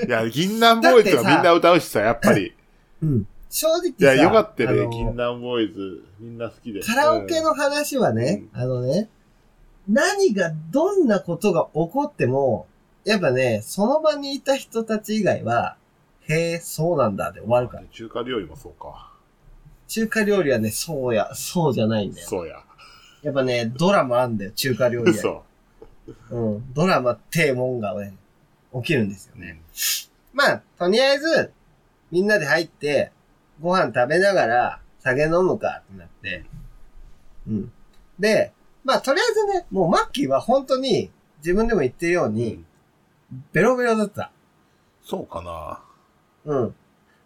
Speaker 2: いや、銀杏ボーイズはみんな歌うしさ、やっぱり。
Speaker 3: うん。正直
Speaker 2: い
Speaker 3: さ。
Speaker 2: や、よかった
Speaker 3: あ
Speaker 2: ね
Speaker 3: の、
Speaker 2: 銀杏ボーイズ。みんな好きで。
Speaker 3: カラオケの話はね、あのね、何が、どんなことが起こっても、やっぱね、その場にいた人たち以外は、へえ、そうなんだで終わるから。
Speaker 2: 中華料理もそうか。
Speaker 3: 中華料理はね、そうや、そうじゃないんだよ。
Speaker 2: そうや。
Speaker 3: やっぱね、ドラマあんだよ、中華料理は。。
Speaker 2: そう
Speaker 3: ん。ドラマってもんがね、起きるんですよ
Speaker 2: う。
Speaker 3: ね。まあ、とりあえず、みんなで入って、ご飯食べながら、酒飲むかってなって。うん。で、まあ、とりあえずね、もうマッキーは本当に、自分でも言ってるよう
Speaker 2: う
Speaker 3: に
Speaker 2: ん、
Speaker 3: ベロベロだった。
Speaker 2: そうかな。
Speaker 3: うん。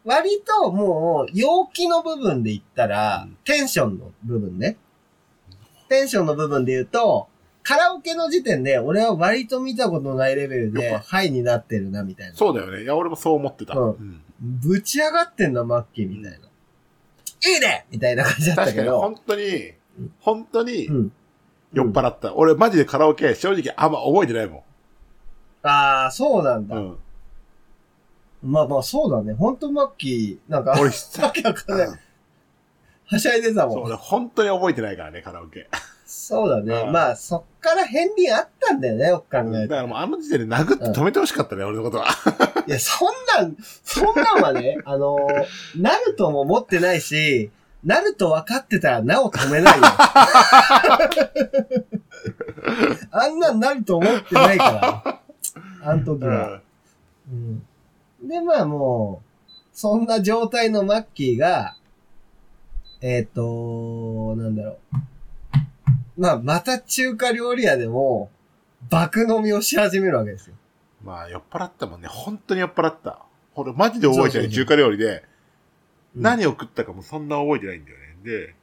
Speaker 3: 割ともう、陽気の部分で言ったら、
Speaker 2: うん
Speaker 3: テンションの部分ね。テンションの部分で言うと、カラオケの時点で、俺は割と見たことのないレベル
Speaker 2: よ
Speaker 3: で、
Speaker 2: っ
Speaker 3: ハイになってるな、みたいな。
Speaker 2: そうだよね。いや、俺もそう思ってた。
Speaker 3: うん
Speaker 2: ん
Speaker 3: ぶち上がってんだ、マッキーみたいな。いいねみたいな感じだった
Speaker 2: 確
Speaker 3: け
Speaker 2: かに、
Speaker 3: ど。
Speaker 2: 本当に、本当に
Speaker 3: うん。
Speaker 2: 酔っ払った。俺、マジでカラオケ、正直あんま覚えてないも
Speaker 3: ああ、そうなん
Speaker 2: ん。う
Speaker 3: だ。
Speaker 2: ん。
Speaker 3: まあまあ、そうだね。ほんとマッキー、なんか、
Speaker 2: 俺、さ
Speaker 3: わけわかんない。はしゃいでた
Speaker 2: そう、
Speaker 3: もん。
Speaker 2: 俺、本当に覚えてないからね、カラオケ。
Speaker 3: そうだ
Speaker 2: う
Speaker 3: ね。
Speaker 2: ん
Speaker 3: まあ、そっから片鱗あったんだよね、よく考
Speaker 2: だ
Speaker 3: えた
Speaker 2: から
Speaker 3: ら。
Speaker 2: もう、あの時点で殴って止めてほしかったね、俺のことは。
Speaker 3: いや、そんなん、そんなんは ね、あのー、ナルトも持ってないし、ナルト分かってたらなお止め ないよ。あんなんナルト持ってないから。あの時
Speaker 2: う
Speaker 3: は。
Speaker 2: ん。
Speaker 3: うんで、まあもう、そんな状態のマッキーが、えっ、と、なんだろう。まあ、また中華料理屋でも、爆飲みをし始めるわけですよ。
Speaker 2: まあ、酔っ払ったもんね。本当に酔っ払った。俺、マジで覚え
Speaker 3: そう
Speaker 2: てな
Speaker 3: そうそう
Speaker 2: い。中華料理で、
Speaker 3: うん
Speaker 2: 何を食ったかもそんな覚えてないんだよね。で、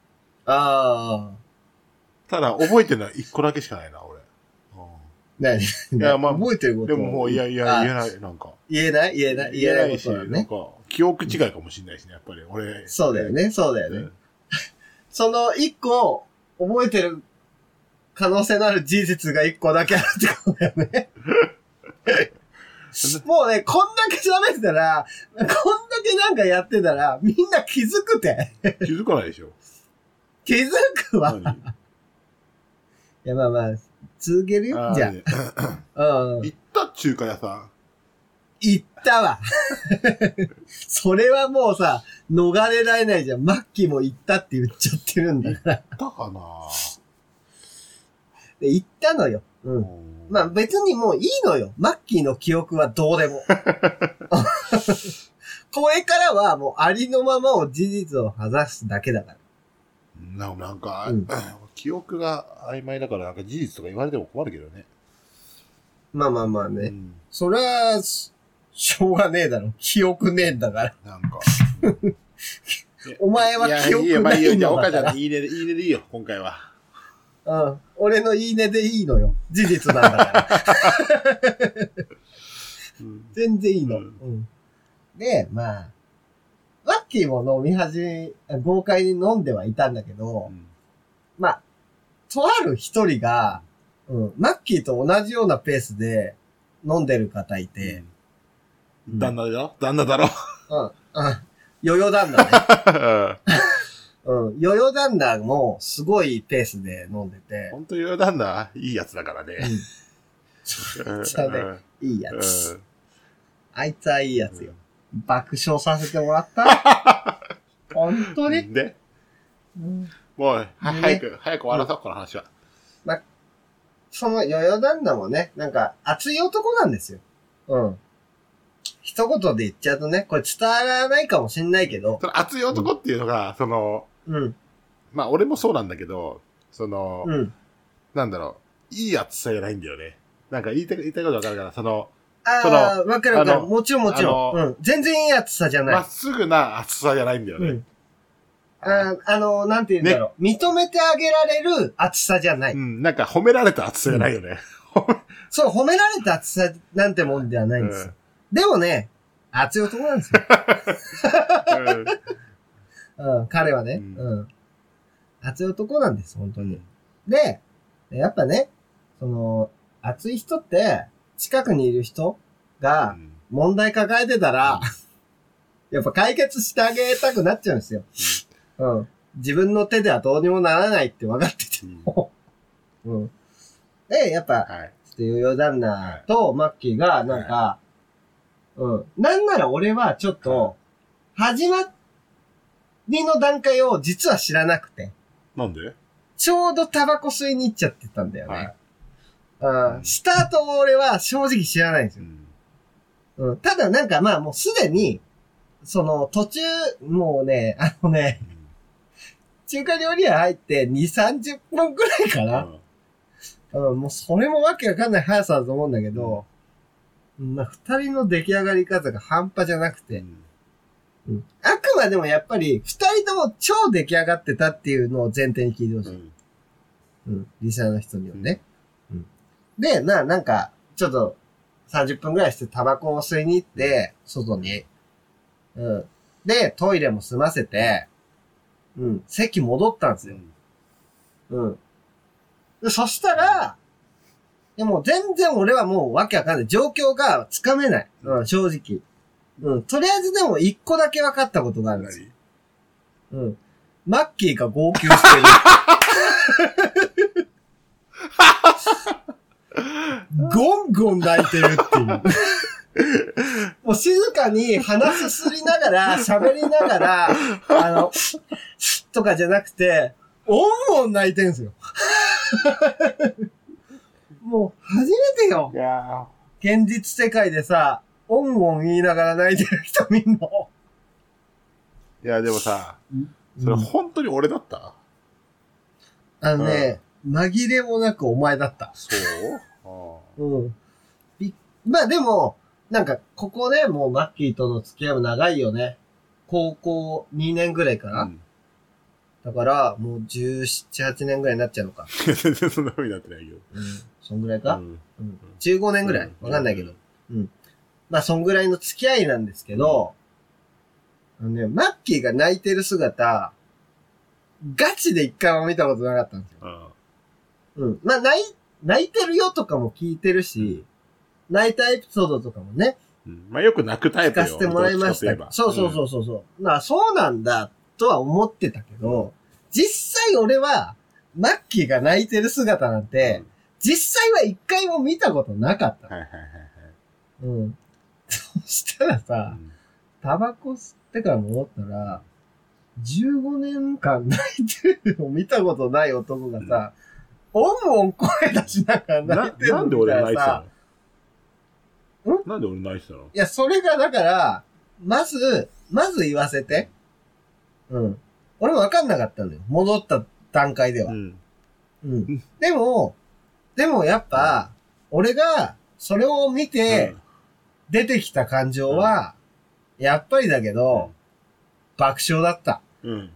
Speaker 3: ああ。
Speaker 2: ただ、覚えてるのは一個だけしかないな、俺。う
Speaker 3: なに
Speaker 2: いやまあ
Speaker 3: 覚えてるこ
Speaker 2: ん、
Speaker 3: と
Speaker 2: でももう、いやいや、
Speaker 3: あ
Speaker 2: 言えない、なんか。
Speaker 3: 言えない言えない言えないことだ
Speaker 2: なん
Speaker 3: ね。
Speaker 2: か、記憶違いかもしれないしね、やっぱり。俺。
Speaker 3: そうだよね、そうだよ
Speaker 2: う
Speaker 3: ね
Speaker 2: ん。。
Speaker 3: その一個、覚えてる可能性のある事実が一個だけあるってことだよね。もうね、こんだけ喋ってたら、こんだけなんかやってたら、みんな気づくて。
Speaker 2: 気づかないで しょ。
Speaker 3: 気づくわ。
Speaker 2: 何
Speaker 3: いや、まあまあ、続ける よ、じゃあ。うん。
Speaker 2: 行った中華屋さん。
Speaker 3: 行ったわ。 それはもうさ、逃れられないじゃん。マッキーも行ったって言っちゃってるんだから。
Speaker 2: 行ったかな
Speaker 3: で、行ったのよ。うん。
Speaker 2: うん
Speaker 3: まあ別にもういいのよ。マッキーの記憶はどう でも。これからはもうありのままを事実を話すだけだから。
Speaker 2: ななんか、
Speaker 3: うん
Speaker 2: 記憶が曖昧だから、なんか事実とか言われても困るけどね。
Speaker 3: まあまあまあ
Speaker 2: う
Speaker 3: ね。
Speaker 2: ん、
Speaker 3: それは、ししょうがねえだろ。記憶ねえんだから。
Speaker 2: なんか。
Speaker 3: お前は記憶
Speaker 2: いや、いいよ、まあいい
Speaker 3: な
Speaker 2: よ。
Speaker 3: い
Speaker 2: じゃあ、
Speaker 3: の
Speaker 2: 岡
Speaker 3: だ
Speaker 2: ち
Speaker 3: か
Speaker 2: ゃん
Speaker 3: ら
Speaker 2: の。いいね で、いいねでいいよ、今回は。
Speaker 3: うん。俺のいいねでいいのよ。事実なんだから。
Speaker 2: うん
Speaker 3: 全然いいの。
Speaker 2: う
Speaker 3: うんん。で、まあ、マッキーも飲み始め、豪快に飲んではいたんだけど、まあ、とある一人が、うん、マッキーと同じようなペースで飲んでる方いて、
Speaker 2: うん旦那だよ旦那だろ
Speaker 3: うん、うん、余裕旦那 ね。うん、ヨヨダンナもすごいペースで飲んでて、
Speaker 2: 本当余旦那、いいやつだから ね。うん
Speaker 3: ちゃね
Speaker 2: うん
Speaker 3: いいやつ。あいつはいいやつよ。爆笑させてもらった。 本当
Speaker 2: う
Speaker 3: に、
Speaker 2: んで、
Speaker 3: うん
Speaker 2: もう、は
Speaker 3: ね
Speaker 2: 早く、早く終わらそう、この話は。
Speaker 3: そのヨヨダンナもね、なんか熱い男なんですよ。うん。一言で言っちゃうとね、これ伝わらないかもしんないけど、
Speaker 2: その熱い男っていうのが、その、
Speaker 3: うん、
Speaker 2: まあ、俺もそうなんだけど、その、
Speaker 3: うん。
Speaker 2: なんだろう、いいやつさじゃないんだよね。なんか言いたい言いたいことわかるから、その、
Speaker 3: ああ、わかるわか
Speaker 2: あ
Speaker 3: る。
Speaker 2: の
Speaker 3: もちろんもちろん。
Speaker 2: あ
Speaker 3: うん。全然いいやつさじゃない。
Speaker 2: まっすぐな熱さじゃないんだよ
Speaker 3: う
Speaker 2: ね。
Speaker 3: ん。ああの、なんて言うんだろう。認めてあげられる厚さじゃない。
Speaker 2: うん、なんか褒められた熱さじゃないよね。
Speaker 3: そう、褒められた厚さなんてもんではないんですよ。でもね、熱い男なん ですよ。
Speaker 2: うん
Speaker 3: うん、彼はね。
Speaker 2: うん
Speaker 3: うん。熱い男なんです、本当に。で、やっぱね、その、熱い人って、近くにいる人が問題抱えてたら、やっぱ解決してあげたくなっちゃうんですよ。うん。自分の手ではどうにもならないって分かってて。
Speaker 2: うん
Speaker 3: うん。で、やっぱ、
Speaker 2: は
Speaker 3: ちょ
Speaker 2: い。
Speaker 3: っと余裕旦那とマッキーが、なんか、うん。なんなら俺はちょっと、始まりの段階を実は知らなくて、
Speaker 2: なんで
Speaker 3: ちょうどタバコ吸いに行っちゃってたんだよ
Speaker 2: は
Speaker 3: ね
Speaker 2: い。
Speaker 3: うん。スタートを俺は正直知らないんです
Speaker 2: う
Speaker 3: よ。
Speaker 2: ん
Speaker 3: うん。ただなんかまあもうすでに、その途中、もうね、あのね、中華料理屋入って2、30分くらいかな。うん、もうそれもわけわかんない速さだと思うんだけど、まあ、二人の出来上がり方が半端じゃなく
Speaker 2: う
Speaker 3: て、
Speaker 2: ん
Speaker 3: うんあくまでもやっぱり二人とも超出来上がってたっていうのを前提に聞いてほし
Speaker 2: う
Speaker 3: い。
Speaker 2: ん
Speaker 3: うん、リスナーの人にはね。うん。で、な、なんか、ちょっと30分くらいしてタバコを吸いに行って、外に。うん。で、トイレも済ませて、うん、席戻ったんですよ。うん。でそしたら、いやもう全然俺はもうわけわかんない。状況がつかめない。うん、正直。うん、とりあえずでも一個だけ分かったことがあるんですよ。
Speaker 2: 何
Speaker 3: うん。マッキーが号泣してる。ゴンゴン泣いてるっていう。もう静かに話すすりながら、喋りながら、あの、とかじゃなくて、おんおん泣いてんすよ。もう、初めてよ
Speaker 2: い。や
Speaker 3: 現実世界でさ、おんおん言いながら泣いてる人みんな。
Speaker 2: ーいや、でもさ、それ
Speaker 3: うん
Speaker 2: 本当に俺だった
Speaker 3: あのね、紛れもなくお前だった。
Speaker 2: そう
Speaker 3: うん。びまあでも、なんか、ここね、もうマッキーとの付き合いも長いよね。高校2年ぐらいかな。
Speaker 2: うん
Speaker 3: だから、もう17、8年ぐらいになっちゃうのか。
Speaker 2: 全然そんな風になってないよ。
Speaker 3: うん。そんぐらいうか、
Speaker 2: ん
Speaker 3: うん、?15 年ぐらいわかんないけど。。まあ、そんぐらいの付き合いなんですけど、あのね、マッキーが泣いてる姿、ガチで一回も見たことなかったんですよ。
Speaker 2: う
Speaker 3: う
Speaker 2: ん
Speaker 3: ん。まあ、泣い、泣いてるよとかも聞いてるし、泣いたエピソードとかもね、
Speaker 2: うんまあ、よく泣くタイ
Speaker 3: 聞
Speaker 2: プよ。
Speaker 3: かせてもらいまし
Speaker 2: ど
Speaker 3: た
Speaker 2: っちかといえば
Speaker 3: そうそうそうそうそう。まあ、そうなんだとは思ってたけど、実際俺は、マッキーが泣いてる姿なんて、実際は一回も見たことなかった
Speaker 2: うん。はいはいはい
Speaker 3: うん。そしたらさ、
Speaker 2: はい。
Speaker 3: タバコ吸ってから戻ったら、15年間泣いてるのを見たことない男がさ、オンオン声出しながら泣
Speaker 2: ない
Speaker 3: てる
Speaker 2: なんで
Speaker 3: みた
Speaker 2: 俺
Speaker 3: い
Speaker 2: 泣いて
Speaker 3: さ
Speaker 2: た。の
Speaker 3: ん
Speaker 2: なんで俺泣いてたの
Speaker 3: いや、それがだから、まず、まず言わせて。うん。俺もわかんなかったのよ。戻った段階では。
Speaker 2: ん。
Speaker 3: うん。でも、でもやっぱ、俺が、それを見て、出てきた感情は、やっぱりだけど、爆笑だった。
Speaker 2: うん。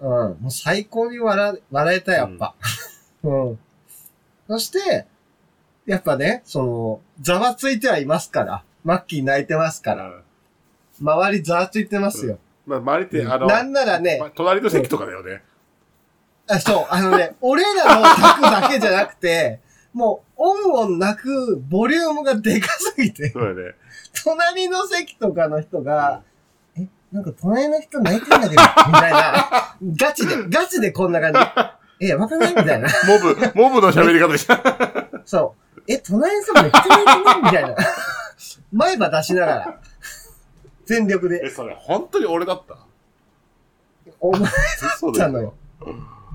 Speaker 2: うん。
Speaker 3: うん。もう最高に笑、笑えた、やっぱ。 うん。そして、やっぱね、その、ざわついてはいますから。マッキー泣いてますから。周りざわついてますよ。
Speaker 2: まあ、周りって、あの、
Speaker 3: なんならね
Speaker 2: ま、あ隣の席とかだよね。
Speaker 3: あ、そう、あの ね、俺らの泣くだけじゃなくて、もう、オンオン泣くボリュームがでかすぎて、
Speaker 2: そうだよね。
Speaker 3: 隣の席とかの人が、え、なんか隣の人泣いてんだけど、みたいな。ガチで、ガチでこんな感 じ。え、わかんないみたいな。
Speaker 2: モブ、モブの喋り方でした。
Speaker 3: そう。え、隣の人めっちゃ泣いてないみたいな。前歯出しながら。全力
Speaker 2: え、
Speaker 3: で。
Speaker 2: それ、本当に俺だった
Speaker 3: お前
Speaker 2: そう
Speaker 3: だ
Speaker 2: だ
Speaker 3: よ
Speaker 2: よ。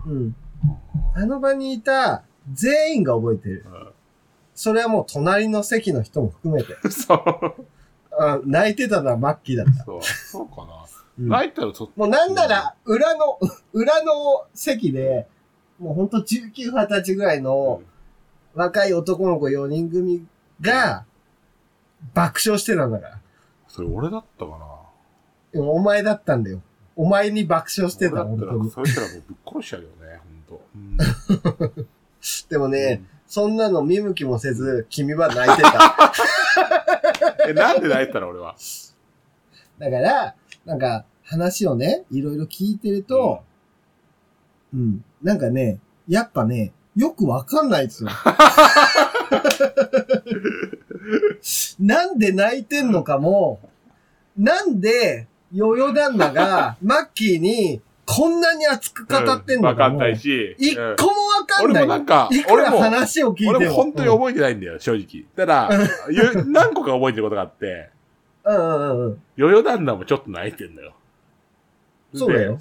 Speaker 3: うん。あの場にいた全員が覚えてる。それはもう隣の席の人も含めて。
Speaker 2: そう。
Speaker 3: あ泣いてたのはマッキーだった。
Speaker 2: そう。そうかな。
Speaker 3: うん
Speaker 2: 泣いたら、そ、
Speaker 3: もうなんなら、裏の、裏の席で、もうほんと19、20歳ぐらいの若い男の子4人組が爆笑してたんだから。
Speaker 2: それ俺だったかな。
Speaker 3: でもお前だったんだよ。お前に爆笑して
Speaker 2: 俺だ
Speaker 3: た、本
Speaker 2: った
Speaker 3: 当
Speaker 2: ら、
Speaker 3: に。
Speaker 2: そうしたらもうぶっ殺しちゃうよね、本
Speaker 3: でも
Speaker 2: 当。
Speaker 3: ね、そんなの見向きもせず、君は泣いて た。
Speaker 2: うん。 え、なんで泣いてたの俺は。
Speaker 3: だから、なんか話をね、いろいろ聞いてると、うん。なんかね、やっぱね、よくわかんない ですよ。なんで泣いてんのかも、なんで、ヨヨ旦那が、マッキーに、こんなに熱く語ってんの
Speaker 2: わ
Speaker 3: か
Speaker 2: か
Speaker 3: も、
Speaker 2: んないし。
Speaker 3: 一
Speaker 2: うん
Speaker 3: 個もわかん
Speaker 2: 俺
Speaker 3: ない。
Speaker 2: もなんか
Speaker 3: い、く
Speaker 2: 俺
Speaker 3: ら
Speaker 2: も、
Speaker 3: 話を聞いても。
Speaker 2: 俺も本当に覚えてないんだよ、正直。ただ、ゆ何個か覚えてることがあって、
Speaker 3: うんうんうんうん。
Speaker 2: ヨヨ旦那もちょっと泣いてんだよ。
Speaker 3: そうだよ。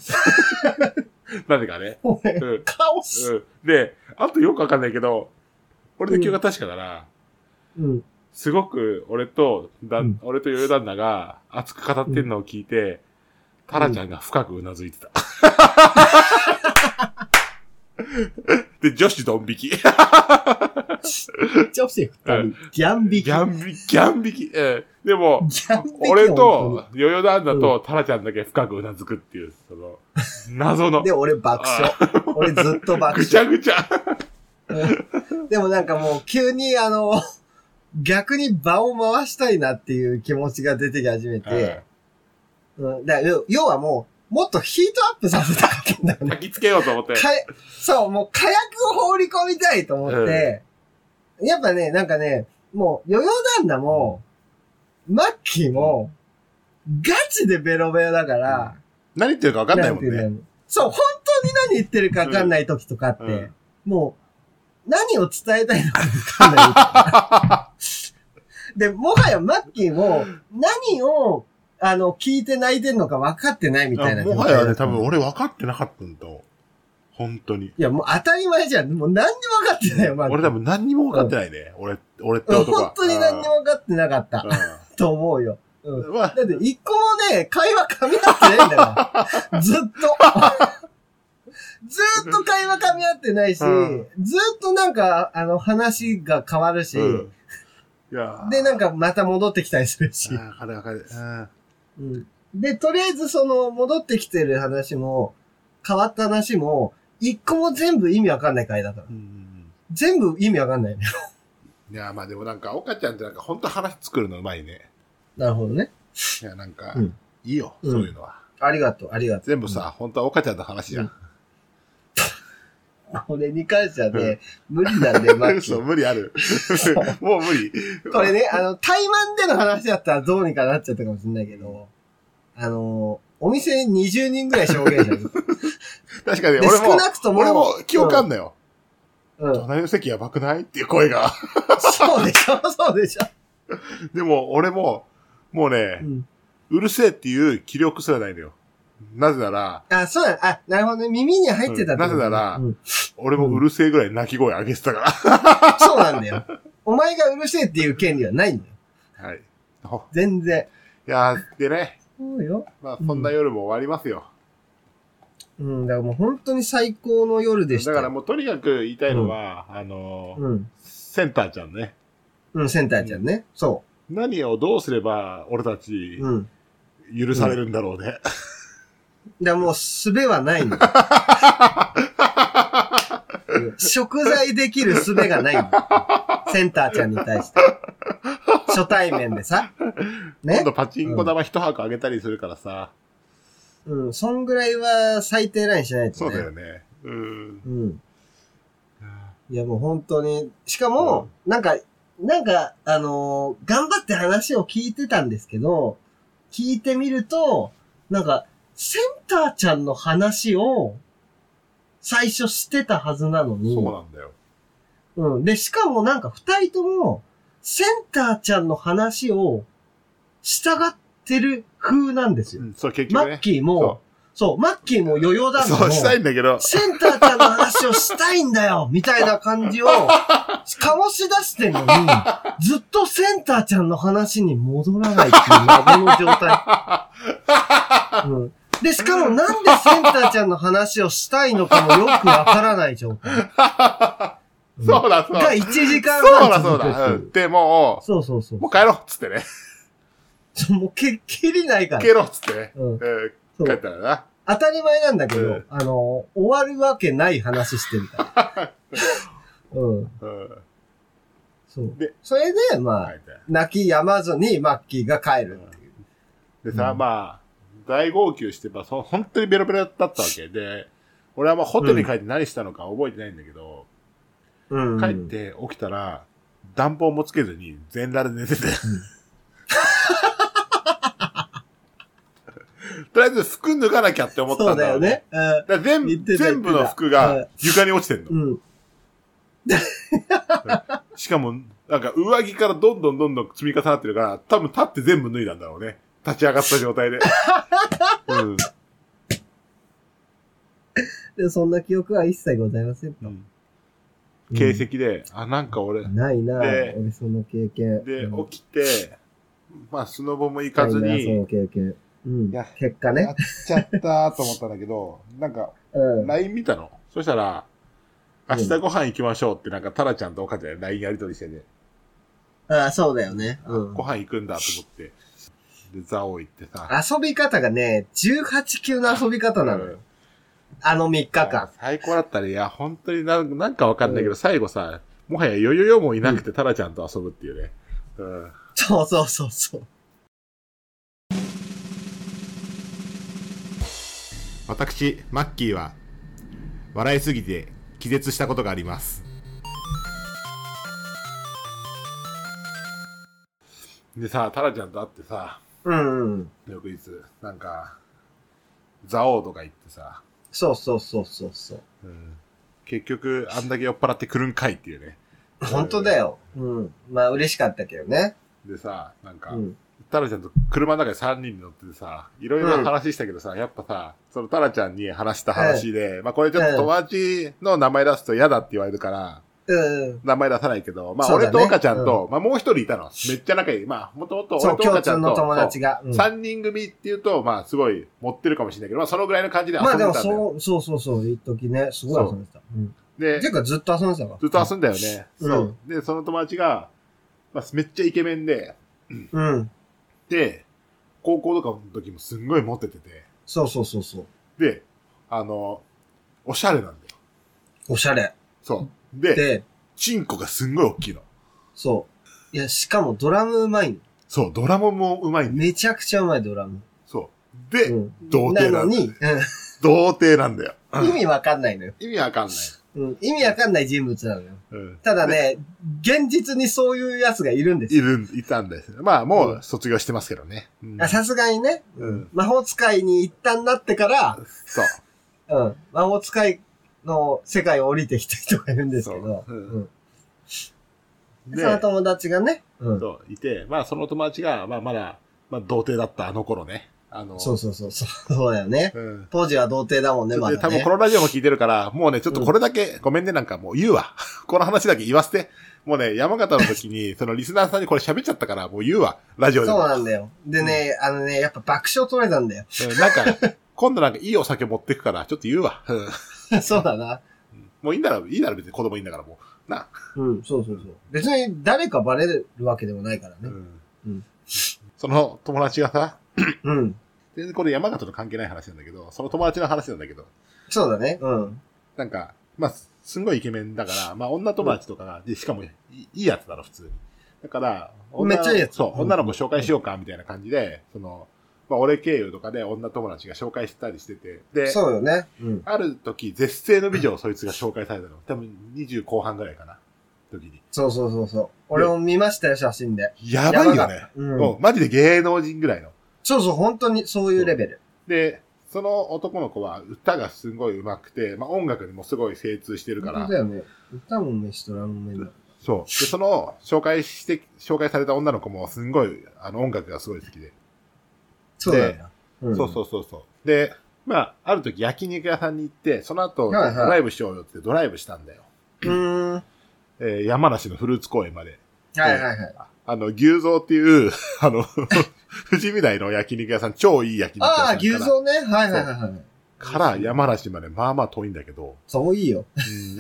Speaker 2: で。なんでかね。
Speaker 3: 俺
Speaker 2: うん。うん
Speaker 3: 顔し、
Speaker 2: で、あとよくわかんないけど、俺の記憶が確かなら、
Speaker 3: うん。
Speaker 2: すごく俺とだ、
Speaker 3: うん
Speaker 2: 俺とヨヨ旦那が熱く語ってんのを聞いて、タラちゃんが深くうなず いてた。で、女子ドン引き。ギ
Speaker 3: 女子二人、ギャンビキ。
Speaker 2: ャンビ、ギャン引き。うんでも、
Speaker 3: ギャンビキ。
Speaker 2: 俺
Speaker 3: 本
Speaker 2: と、ヨヨ旦那とタラちゃんだけ深くうなずくっていう、その、謎
Speaker 3: 当
Speaker 2: の
Speaker 3: に。、で、俺爆笑。俺ずっと爆笑
Speaker 2: ぐち。ゃぐちゃ。
Speaker 3: でもなんかもう急にあの、逆に場を回したいなっていう気持ちが出てき始めて、うん、だから要要はもう、もっとヒートアップさせたかったんだよ
Speaker 2: うん
Speaker 3: ね。
Speaker 2: 焚きつけようと思って。
Speaker 3: かえそう、もう火薬を放り込みたいと思って、やっぱね、なんかね、もう、ヨヨ旦那も、マッキーも、ガチでベロベロだから、
Speaker 2: 何言ってるか分かんないもん
Speaker 3: てい
Speaker 2: ね。
Speaker 3: うのそう、本当に何言ってるか分かんない時とかって、
Speaker 2: うんうん
Speaker 3: もう、何を伝えたいのか分かんないみたい な。で、もはやマッキーも、何を、あの、聞いて泣いてんのか分かってないみたいな
Speaker 2: あ
Speaker 3: 状態だ
Speaker 2: も
Speaker 3: っ
Speaker 2: は
Speaker 3: た。
Speaker 2: やね、多分俺分かってなかったんだと。本当 に。
Speaker 3: いや、もう当たり前じゃん。もう何にも分かってないよ、マッキー。
Speaker 2: 俺多分何にも分かってないね。俺、俺って
Speaker 3: うん
Speaker 2: 男は。
Speaker 3: 本当に何にも分かってなかった。
Speaker 2: う
Speaker 3: と思うよ。うん。
Speaker 2: ん。まあ
Speaker 3: だって一個もね、会話噛み合ってないんだから。ずっと。ずっと会話噛み合ってないし、
Speaker 2: うん
Speaker 3: ずっとなんか、あの、話が変わるし、
Speaker 2: うんいや
Speaker 3: で、なん
Speaker 2: か、
Speaker 3: かまた戻ってきたりするし。
Speaker 2: わかるわかる。うん
Speaker 3: うんで、とりあえずその、戻ってきてる話も、変わった話も、一個も全部意味わかんない回だから
Speaker 2: う。ん。
Speaker 3: 全部意味わかんないね。
Speaker 2: いや、まあでもなんか、岡ちゃんってなんか本当話作るのうまいね。
Speaker 3: なるほどね。
Speaker 2: いや、なんか、
Speaker 3: うん
Speaker 2: いいよ、
Speaker 3: うん
Speaker 2: そういうのは。
Speaker 3: ありがとう、ありがとう。
Speaker 2: 全部さ、本当は岡ちゃんの話じゃん。
Speaker 3: これに関してはね、無理なんで、マッキ
Speaker 2: 嘘、
Speaker 3: ー。
Speaker 2: 無理ある。もう無理。
Speaker 3: これね、あの、対マンでの話だったらどうにかなっちゃったかもしれないけど、あの、お店に20人ぐらい証言 者いる。
Speaker 2: 確か
Speaker 3: で、
Speaker 2: に、俺
Speaker 3: 少
Speaker 2: も、
Speaker 3: なくとも、
Speaker 2: 俺も記憶あんのよ。
Speaker 3: うん、うん。
Speaker 2: 隣の席やばくないっていう声が。
Speaker 3: そうでしょ、そうでしょ。
Speaker 2: でも、俺も、もうね
Speaker 3: う、ん。
Speaker 2: うるせえっていう気力すらないのよ。なぜなら、
Speaker 3: あ、そうだ。あ、なるほどね。耳に入ってたってこと
Speaker 2: うんなぜなら
Speaker 3: うん
Speaker 2: 俺もうるせえぐらい泣き声上げてたか
Speaker 3: そうなんだよ。お前がうるせえっていう権利はないんだよ。
Speaker 2: ら。 はい。ほ
Speaker 3: 全然。
Speaker 2: いやー、でね、
Speaker 3: そうよ。
Speaker 2: まあ、そんな夜も終わりますよ。
Speaker 3: うん、だからもう本当に最高の夜でした。
Speaker 2: だからもうとにかく言いたいのは、あのー
Speaker 3: うん。
Speaker 2: センターちゃんね。
Speaker 3: うん、センターちゃんね。そ
Speaker 2: 何をどうすれば俺たち
Speaker 3: う。うん。
Speaker 2: 許されるんだろうね。
Speaker 3: だからもう、術はない の。うん食材できる術がないの。センターちゃんに対して。初対面でさ。
Speaker 2: 今
Speaker 3: ね
Speaker 2: 度。パチンコ玉一箱あげたりするからさ。
Speaker 3: うん。そんぐらいは最低ラインしないと
Speaker 2: そ
Speaker 3: ね。
Speaker 2: うだよね。うん。
Speaker 3: うん。いやもう本当に、しかも、なんか、なんか、あのー頑張って話を聞いてたんですけど、聞いてみると、なんか、センターちゃんの話を、最初してたはずなのに、
Speaker 2: そうなんだよ。
Speaker 3: うん。で、しかもなんか二人とも、センターちゃんの話を、従ってる風なんですよ。
Speaker 2: うん、そう、結
Speaker 3: マ
Speaker 2: 局
Speaker 3: ッ
Speaker 2: ね。
Speaker 3: キーも、そう、マッキーも余裕だ
Speaker 2: そう、そうしたいんだけど、
Speaker 3: センターちゃんの話をしたいんだ よみたいな感じを、醸し出してんのに、ずっとセンターちゃんの話に戻らないっていう謎の状態。うんで、しかもなんでセンターちゃんの話をしたいのかもよくわからない状 態。うん
Speaker 2: そうだ、そうだ。
Speaker 3: が1時間
Speaker 2: そうだ、
Speaker 3: 半
Speaker 2: そう
Speaker 3: 続くって
Speaker 2: だ。
Speaker 3: いう
Speaker 2: うんで、も
Speaker 3: そうそうそう
Speaker 2: う、もう帰ろうっつってね。
Speaker 3: そう。もうけ、きりないから。
Speaker 2: 帰ろうっつってね。
Speaker 3: うん
Speaker 2: うん
Speaker 3: そう
Speaker 2: 帰ったらな。
Speaker 3: 当たり前なんだけど、
Speaker 2: うん
Speaker 3: あの、終わるわけない話してる から。うん。
Speaker 2: うん。帰
Speaker 3: そう。
Speaker 2: で
Speaker 3: それで、まあ、
Speaker 2: った
Speaker 3: 泣き止まずにマッキーが帰るっていう。
Speaker 2: でさ、
Speaker 3: うん
Speaker 2: まあ、大号泣して、まあ、そう本当にベロベロだったわけで、俺はまあホテルに帰って何したのか覚えてないんだけど、
Speaker 3: うん
Speaker 2: 帰っ。て起きたら、暖房もつけずに全裸で寝てて。とりあえず服脱がなきゃって思った
Speaker 3: そ
Speaker 2: ん
Speaker 3: う
Speaker 2: だ
Speaker 3: だ
Speaker 2: よ
Speaker 3: よ
Speaker 2: ね
Speaker 3: ね。。うん
Speaker 2: だから全
Speaker 3: 言ってた
Speaker 2: 全部の服が床に落ちてんの。
Speaker 3: うん。
Speaker 2: しかも、なんか上着からどんどんどんどん積み重なってるから、多分立って全部脱いだんだろうね。立ち上がった状態で。うん。
Speaker 3: で、そんな記憶は一切ございません。
Speaker 2: うん形跡で、あ、なんか俺、
Speaker 3: ないな
Speaker 2: で
Speaker 3: 俺その経験。
Speaker 2: で
Speaker 3: うん、
Speaker 2: 起きて、まあ、スノボも行かず
Speaker 3: ないなそ
Speaker 2: に、
Speaker 3: の経験。うん
Speaker 2: いや。
Speaker 3: 結果
Speaker 2: や
Speaker 3: ね
Speaker 2: っ。ちゃったと思ったんだけど、なんか、
Speaker 3: うん。
Speaker 2: LINE 見たの。そしたら、明日ご飯行きましょうって、なんか、タラちゃんとお母ちゃんで LINE やりとりしてて、
Speaker 3: ああ、そうだよね。うん
Speaker 2: ご。飯行くんだと思って、で、ザオ行ってさ、
Speaker 3: 遊び方がね、18級の遊び方なのよ。あの3日間。
Speaker 2: 最高だったね。いや、本当になんなんかわかんないけど、最後さ、もはやヨヨヨもいなくてタラちゃんと遊ぶっていうね。うん。
Speaker 3: そうそうそうそう。
Speaker 1: 私マッキーは笑いすぎて気絶したことがあります
Speaker 2: でさ、タラちゃんと会ってさ、
Speaker 3: うんうん。
Speaker 2: 翌日、なんか、ザオとか行ってさ、
Speaker 3: そうそうそうそうそう。
Speaker 2: うん、結局、あんだけ酔っ払ってくるんかいっていうね。
Speaker 3: 本当だよ。うん。まあ嬉しかったけどね。
Speaker 2: でさ、なんか、
Speaker 3: うん。
Speaker 2: タラちゃんと車の中で3人に乗っててさ、いろいろ話したけどさ、やっぱさ、そのタラちゃんに話した話で、まあこれちょっと友達の名前出すと嫌だって言われるから、
Speaker 3: うん。
Speaker 2: 名前出さないけど、まあ
Speaker 3: そうだね
Speaker 2: 俺と岡ちゃんと、まあもう一人いたの。めっちゃ仲いい。まあもともと
Speaker 3: そ
Speaker 2: 俺
Speaker 3: う、
Speaker 2: と
Speaker 3: 共
Speaker 2: 岡ちゃ
Speaker 3: 通
Speaker 2: んと、
Speaker 3: の友達が。うん
Speaker 2: 3人組っていうと、まあすごい持ってるかもしれないけど、まあそのぐらいの感じで遊ん
Speaker 3: まあ
Speaker 2: で
Speaker 3: で
Speaker 2: たん
Speaker 3: も
Speaker 2: だよ。
Speaker 3: そう、そうそうそう、一時ね、すごい遊んでた。うん。
Speaker 2: で
Speaker 3: ていうかずっと遊んでたから。
Speaker 2: ずっと遊んだよね。
Speaker 3: うん
Speaker 2: そう。で、その友達が、まあ、めっちゃイケメンで、
Speaker 3: うん。
Speaker 2: で、高校とかの時もすんごいモテてて、
Speaker 3: そうそうそうそう。
Speaker 2: で、あの、おしゃれなんだよ。
Speaker 3: おしゃれ。
Speaker 2: そう。で、
Speaker 3: で、
Speaker 2: チンコがすんごい大きいの。
Speaker 3: そう。いや、しかもドラムうまいの。
Speaker 2: そう、ドラムもうまいんだよ。
Speaker 3: めちゃくちゃうまいドラム。
Speaker 2: そう。で、
Speaker 3: うん
Speaker 2: 童
Speaker 3: な
Speaker 2: 貞な
Speaker 3: の
Speaker 2: んだよ。
Speaker 3: に、
Speaker 2: 童貞なんだよ。
Speaker 3: うん意味わかんないのよ。
Speaker 2: 意味わかんない。
Speaker 3: うん。意味わかんない人物なのよ。
Speaker 2: うん。
Speaker 3: ただね、現実にそういうやつがいるんです
Speaker 2: い
Speaker 3: よ。
Speaker 2: る、いたんです。まあ、も
Speaker 3: う
Speaker 2: う卒業してますけどね。うん
Speaker 3: あさすがにね、
Speaker 2: うん
Speaker 3: 魔法使いに一旦なってから、
Speaker 2: そう。
Speaker 3: うん。魔法使いの世界を降りてきた人がいるんですけど、
Speaker 2: そううん
Speaker 3: うん
Speaker 2: で
Speaker 3: その友達がね、うん。
Speaker 2: そう、いて、まあその友達が、まあまだ、まあ童貞だったあの頃ね。あの、
Speaker 3: そうそうそう、そうそうだよね。
Speaker 2: うん。
Speaker 3: 当時は童貞だもんね、
Speaker 2: で
Speaker 3: まだ
Speaker 2: 多分
Speaker 3: ね
Speaker 2: こ。のラジオも聞いてるから、もうね、ちょっとこれだけ、ごめんね、なんかもう言うわ。 この話だけ言わせて。もうね、山形の 時に、そのリスナーさんにこれ喋っちゃったから、もう言うわ。ラジオ
Speaker 3: そう
Speaker 2: でも。
Speaker 3: なんだよ。でね、あのね、やっぱ爆笑取れたんだよ。
Speaker 2: うんなんか、今度なんかいいお酒持ってくから、ちょっと言うわ。うん
Speaker 3: そうだな。
Speaker 2: もういいんだろ、いいだろ、別に子供いいんだから、もう。な。
Speaker 3: うん、そうそうそう。別に誰かバレるわけでもないからね。うん
Speaker 2: その友達がさ、
Speaker 3: うん。
Speaker 2: 全然これ山形と関係ない話なんだけど、その友達の話なんだけど、
Speaker 3: そうだね。うん。
Speaker 2: なんか、まあ、すすんごいイケメンだから、まあ、女友達とかが、でしかもいい、いいやつだろ、普通に。だから、女
Speaker 3: めっちゃいいやつ
Speaker 2: そうう、
Speaker 3: ん
Speaker 2: 女の子紹介しようか、みたいな感じで、その、まあ、俺経由とかで女友達が紹介したりしてて、で、
Speaker 3: そうよね。うん。
Speaker 2: ある時、絶世の美女をそいつが紹介されたの。多分、20後半ぐらいかな、時に。
Speaker 3: そうそうそうそう。俺も見ましたよ、写真で。
Speaker 2: やばいよね。
Speaker 3: うん。
Speaker 2: もう、マジで芸能人ぐらいの。
Speaker 3: そうそう、本当にそういうレベル。
Speaker 2: で、その男の子は歌がすごい上手くて、まあ、音楽にもすごい精通してるか
Speaker 3: 本
Speaker 2: ら
Speaker 3: 当だ、よね。歌も飯とラーメンだ。
Speaker 2: そう。で、その、紹介して、紹介された女の子もすんごい、あの、音楽がすごい好きで。
Speaker 3: そうだよな。ん
Speaker 2: そうそうそうそう。で、まあ、ある時焼肉屋さんに行って、その後、ド
Speaker 3: はいはい
Speaker 2: ライブしようよってドライブしたんだよ。
Speaker 3: うーん。は
Speaker 2: えー山梨のフルーツ公園まで。
Speaker 3: いはいはい。
Speaker 2: あの、牛蔵っていう、 あの、富士見台の焼肉屋さん、超いい焼肉屋さん
Speaker 3: あ
Speaker 2: か
Speaker 3: あ、
Speaker 2: ら。
Speaker 3: 牛蔵ね。はいはいはいはい。
Speaker 2: から山梨まで、まあまあ遠いんだけど、
Speaker 3: そういいよ。
Speaker 2: うん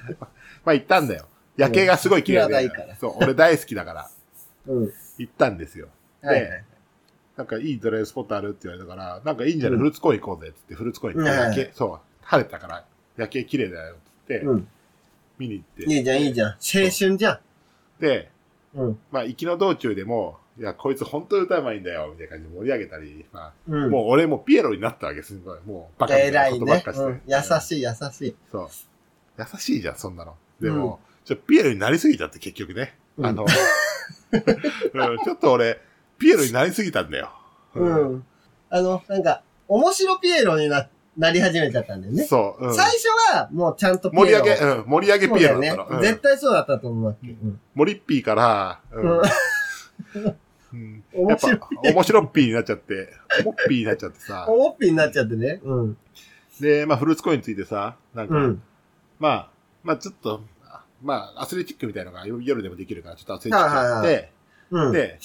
Speaker 2: まあ行ったんだよ。夜景がすごい綺麗
Speaker 3: うん
Speaker 2: で、
Speaker 3: 嫌だから
Speaker 2: そう、俺大好きだから、
Speaker 3: うん。
Speaker 2: 行ったんですよ。
Speaker 3: はいはい。
Speaker 2: なんかいいドライブスポットあるって言われたから、なんかいいんじゃない、
Speaker 3: うん
Speaker 2: フルーツ公園行こうぜってって、フルーツ公園行って、
Speaker 3: うん
Speaker 2: 夜景、そう、晴れたから、夜景綺麗だよってって、
Speaker 3: うん。
Speaker 2: 見に行って、
Speaker 3: いいじゃん、いいじゃん。青春じゃん。
Speaker 2: で、
Speaker 3: うん。
Speaker 2: まあ行きの道中でも、いや、こいつ本当に歌うまいんだよ、みたいな感じで盛り上げたり、ま
Speaker 3: う
Speaker 2: あ、
Speaker 3: ん。
Speaker 2: もう俺もうピエロになったわけ、すごい。もうバカみたい
Speaker 3: 偉
Speaker 2: ないことばっ
Speaker 3: ね。
Speaker 2: かして。
Speaker 3: うん優しい、優しい。
Speaker 2: そう。優しいじゃん、そんなの。でも、ちょ、ピエロになりすぎちゃって、結局ね。あの、うんちょっと俺、ピエロになりすぎたんだよ。
Speaker 3: うん。あの、なんか、面白ピエロにな、なり始めちゃったんだよね。
Speaker 2: そう。うん
Speaker 3: 最初は、もうちゃんとピエロ。
Speaker 2: 盛り上げ、うん、盛り上げピエ
Speaker 3: そう
Speaker 2: ロだった
Speaker 3: だよ
Speaker 2: の。
Speaker 3: ね。
Speaker 2: う
Speaker 3: 絶
Speaker 2: ん
Speaker 3: 対そうだったと思うわけ。うん。
Speaker 2: モリッピーから、うん
Speaker 3: うん
Speaker 2: うんや
Speaker 3: 面
Speaker 2: っぱ
Speaker 3: 白い。、
Speaker 2: 面白っぴーになっちゃって、モッピーになっちゃってさ。
Speaker 3: おっぴになっちゃってね。うん。
Speaker 2: で、まあ、フルーツコインについてさ、なんか、
Speaker 3: うん。
Speaker 2: まあ、まあ、ちょっと、まあ、アスレチックみたいなのが夜でもできるから、ちょっとアスレチックやっ
Speaker 3: はいはい
Speaker 2: て、
Speaker 3: うん。
Speaker 2: で、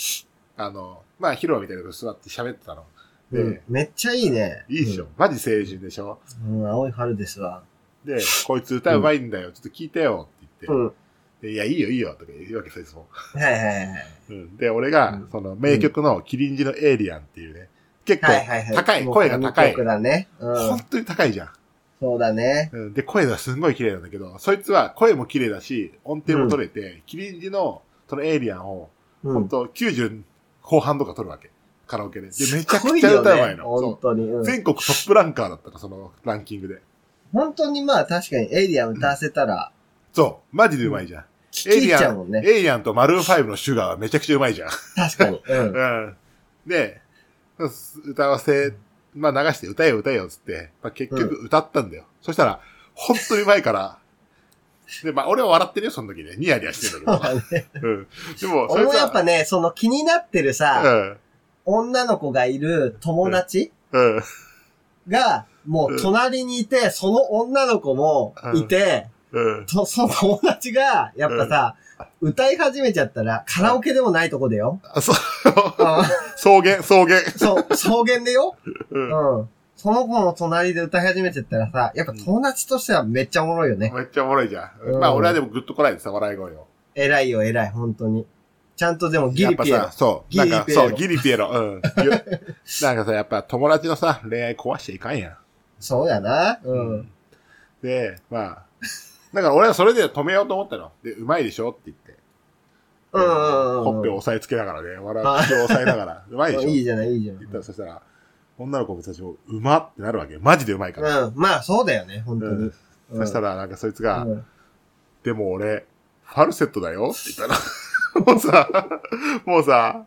Speaker 2: あの、まあ、広場みたいなとこ座って喋ってたの。で、
Speaker 3: うんめっちゃいいね。
Speaker 2: いいでしょ。マジ青春でしょ。
Speaker 3: うん。うん、青い春ですわ。
Speaker 2: で、こいつ歌うまいんだよ。ちょっと聞いてよ。って
Speaker 3: う
Speaker 2: 言
Speaker 3: ん。は
Speaker 2: って。でいや、いいよ、いいよ。とか言うわけさ、いつも。
Speaker 3: いはいはい。
Speaker 2: うんで、俺が、
Speaker 3: うん
Speaker 2: その、名曲の、キリンジのエイリアンっていうね。結構、
Speaker 3: はいはいはい。
Speaker 2: 高い
Speaker 3: もう
Speaker 2: 声が高い
Speaker 3: この曲だね。う
Speaker 2: 本
Speaker 3: ん。
Speaker 2: 当に高いじゃん。
Speaker 3: そうだね。
Speaker 2: うんで、声がすんごい綺麗なんだけど、そいつは声も綺麗だし、音程も取れて、キリンジの、そのエイリアンを、
Speaker 3: う
Speaker 2: 本
Speaker 3: ん。
Speaker 2: 当90後半とか取るわけ。カラオケで。で、めちゃ
Speaker 3: すご
Speaker 2: く
Speaker 3: い
Speaker 2: ちゃ
Speaker 3: よ
Speaker 2: 歌う
Speaker 3: ね
Speaker 2: まいの。
Speaker 3: 本
Speaker 2: そ
Speaker 3: 当に。う
Speaker 2: う。
Speaker 3: ん
Speaker 2: 全国トップランカーだったの、そのランキングで。
Speaker 3: 本当にまあ確かにエイリアン歌わせたら、
Speaker 2: そう。マジでうまいじゃん。
Speaker 3: 聞
Speaker 2: エ
Speaker 3: き
Speaker 2: イ
Speaker 3: 入
Speaker 2: リ
Speaker 3: っちゃ
Speaker 2: ア
Speaker 3: うも
Speaker 2: ン、
Speaker 3: んね。
Speaker 2: エイリアンとマルーン5のシュガーはめちゃくちゃうまいじゃん。
Speaker 3: 確かに。うん。
Speaker 2: うん。で、歌わせ、まあ流して歌えよ歌えよっつって、まあ結局歌ったんだよ。そしたら、本当にうまいから、で、まあ俺は笑ってるよ、その時ね。ニヤニヤしてるん
Speaker 3: そう
Speaker 2: だ
Speaker 3: だね
Speaker 2: けど。うん。でも、そ
Speaker 3: 俺
Speaker 2: れ
Speaker 3: もやっ
Speaker 2: さ
Speaker 3: ぱ、ね、その気になってるさ、女の子がいる友達
Speaker 2: うん。うん。
Speaker 3: が、もう隣にいて、その女の子もいて、
Speaker 2: うん。
Speaker 3: とその 友達が、やっぱさ、歌い始めちゃったら、カラオケでもないとこでよ。
Speaker 2: あ、そう、
Speaker 3: うん
Speaker 2: 草原、草原。
Speaker 3: そう、草原でよ。
Speaker 2: うん
Speaker 3: うん。その子の隣で歌い始めちゃったらさ、やっぱ友達としてはめっちゃおもろいよね。
Speaker 2: めっちゃおもろいじゃん。
Speaker 3: うん
Speaker 2: まあ俺はでもグッとこないでさ、笑い声を。
Speaker 3: 偉いよ、偉い、本当に。ちゃんとでもギ
Speaker 2: やっ
Speaker 3: リ
Speaker 2: ぱ
Speaker 3: ピエロ
Speaker 2: さ、。そう。
Speaker 3: ギ
Speaker 2: な
Speaker 3: リ
Speaker 2: んか、
Speaker 3: ピエロ
Speaker 2: そう、ギリピエロ。うん。なんかさ、やっぱ友達のさ、恋愛壊しちゃいかんやん。
Speaker 3: そうやな。うん。
Speaker 2: で、まあ、だから俺はそれで止めようと思ったの。で、うまいでしょって言って。
Speaker 3: うんうんうん。
Speaker 2: ほっぺを押さえつけながらね、笑う口を押さえながら、うまいでしょ
Speaker 3: いい
Speaker 2: って
Speaker 3: じゃない、いいじゃ
Speaker 2: 言ったら、そしたら、女の子たちも、うまってなるわけ。マジでうまいから。
Speaker 3: ん。うん。まあ、そうだよね、本当
Speaker 2: う
Speaker 3: に
Speaker 2: ん。そした
Speaker 3: ら、
Speaker 2: ら、なんかそいつが、
Speaker 3: うん
Speaker 2: でも俺、ファルセットだよって言ったら、もう さ、もうさ、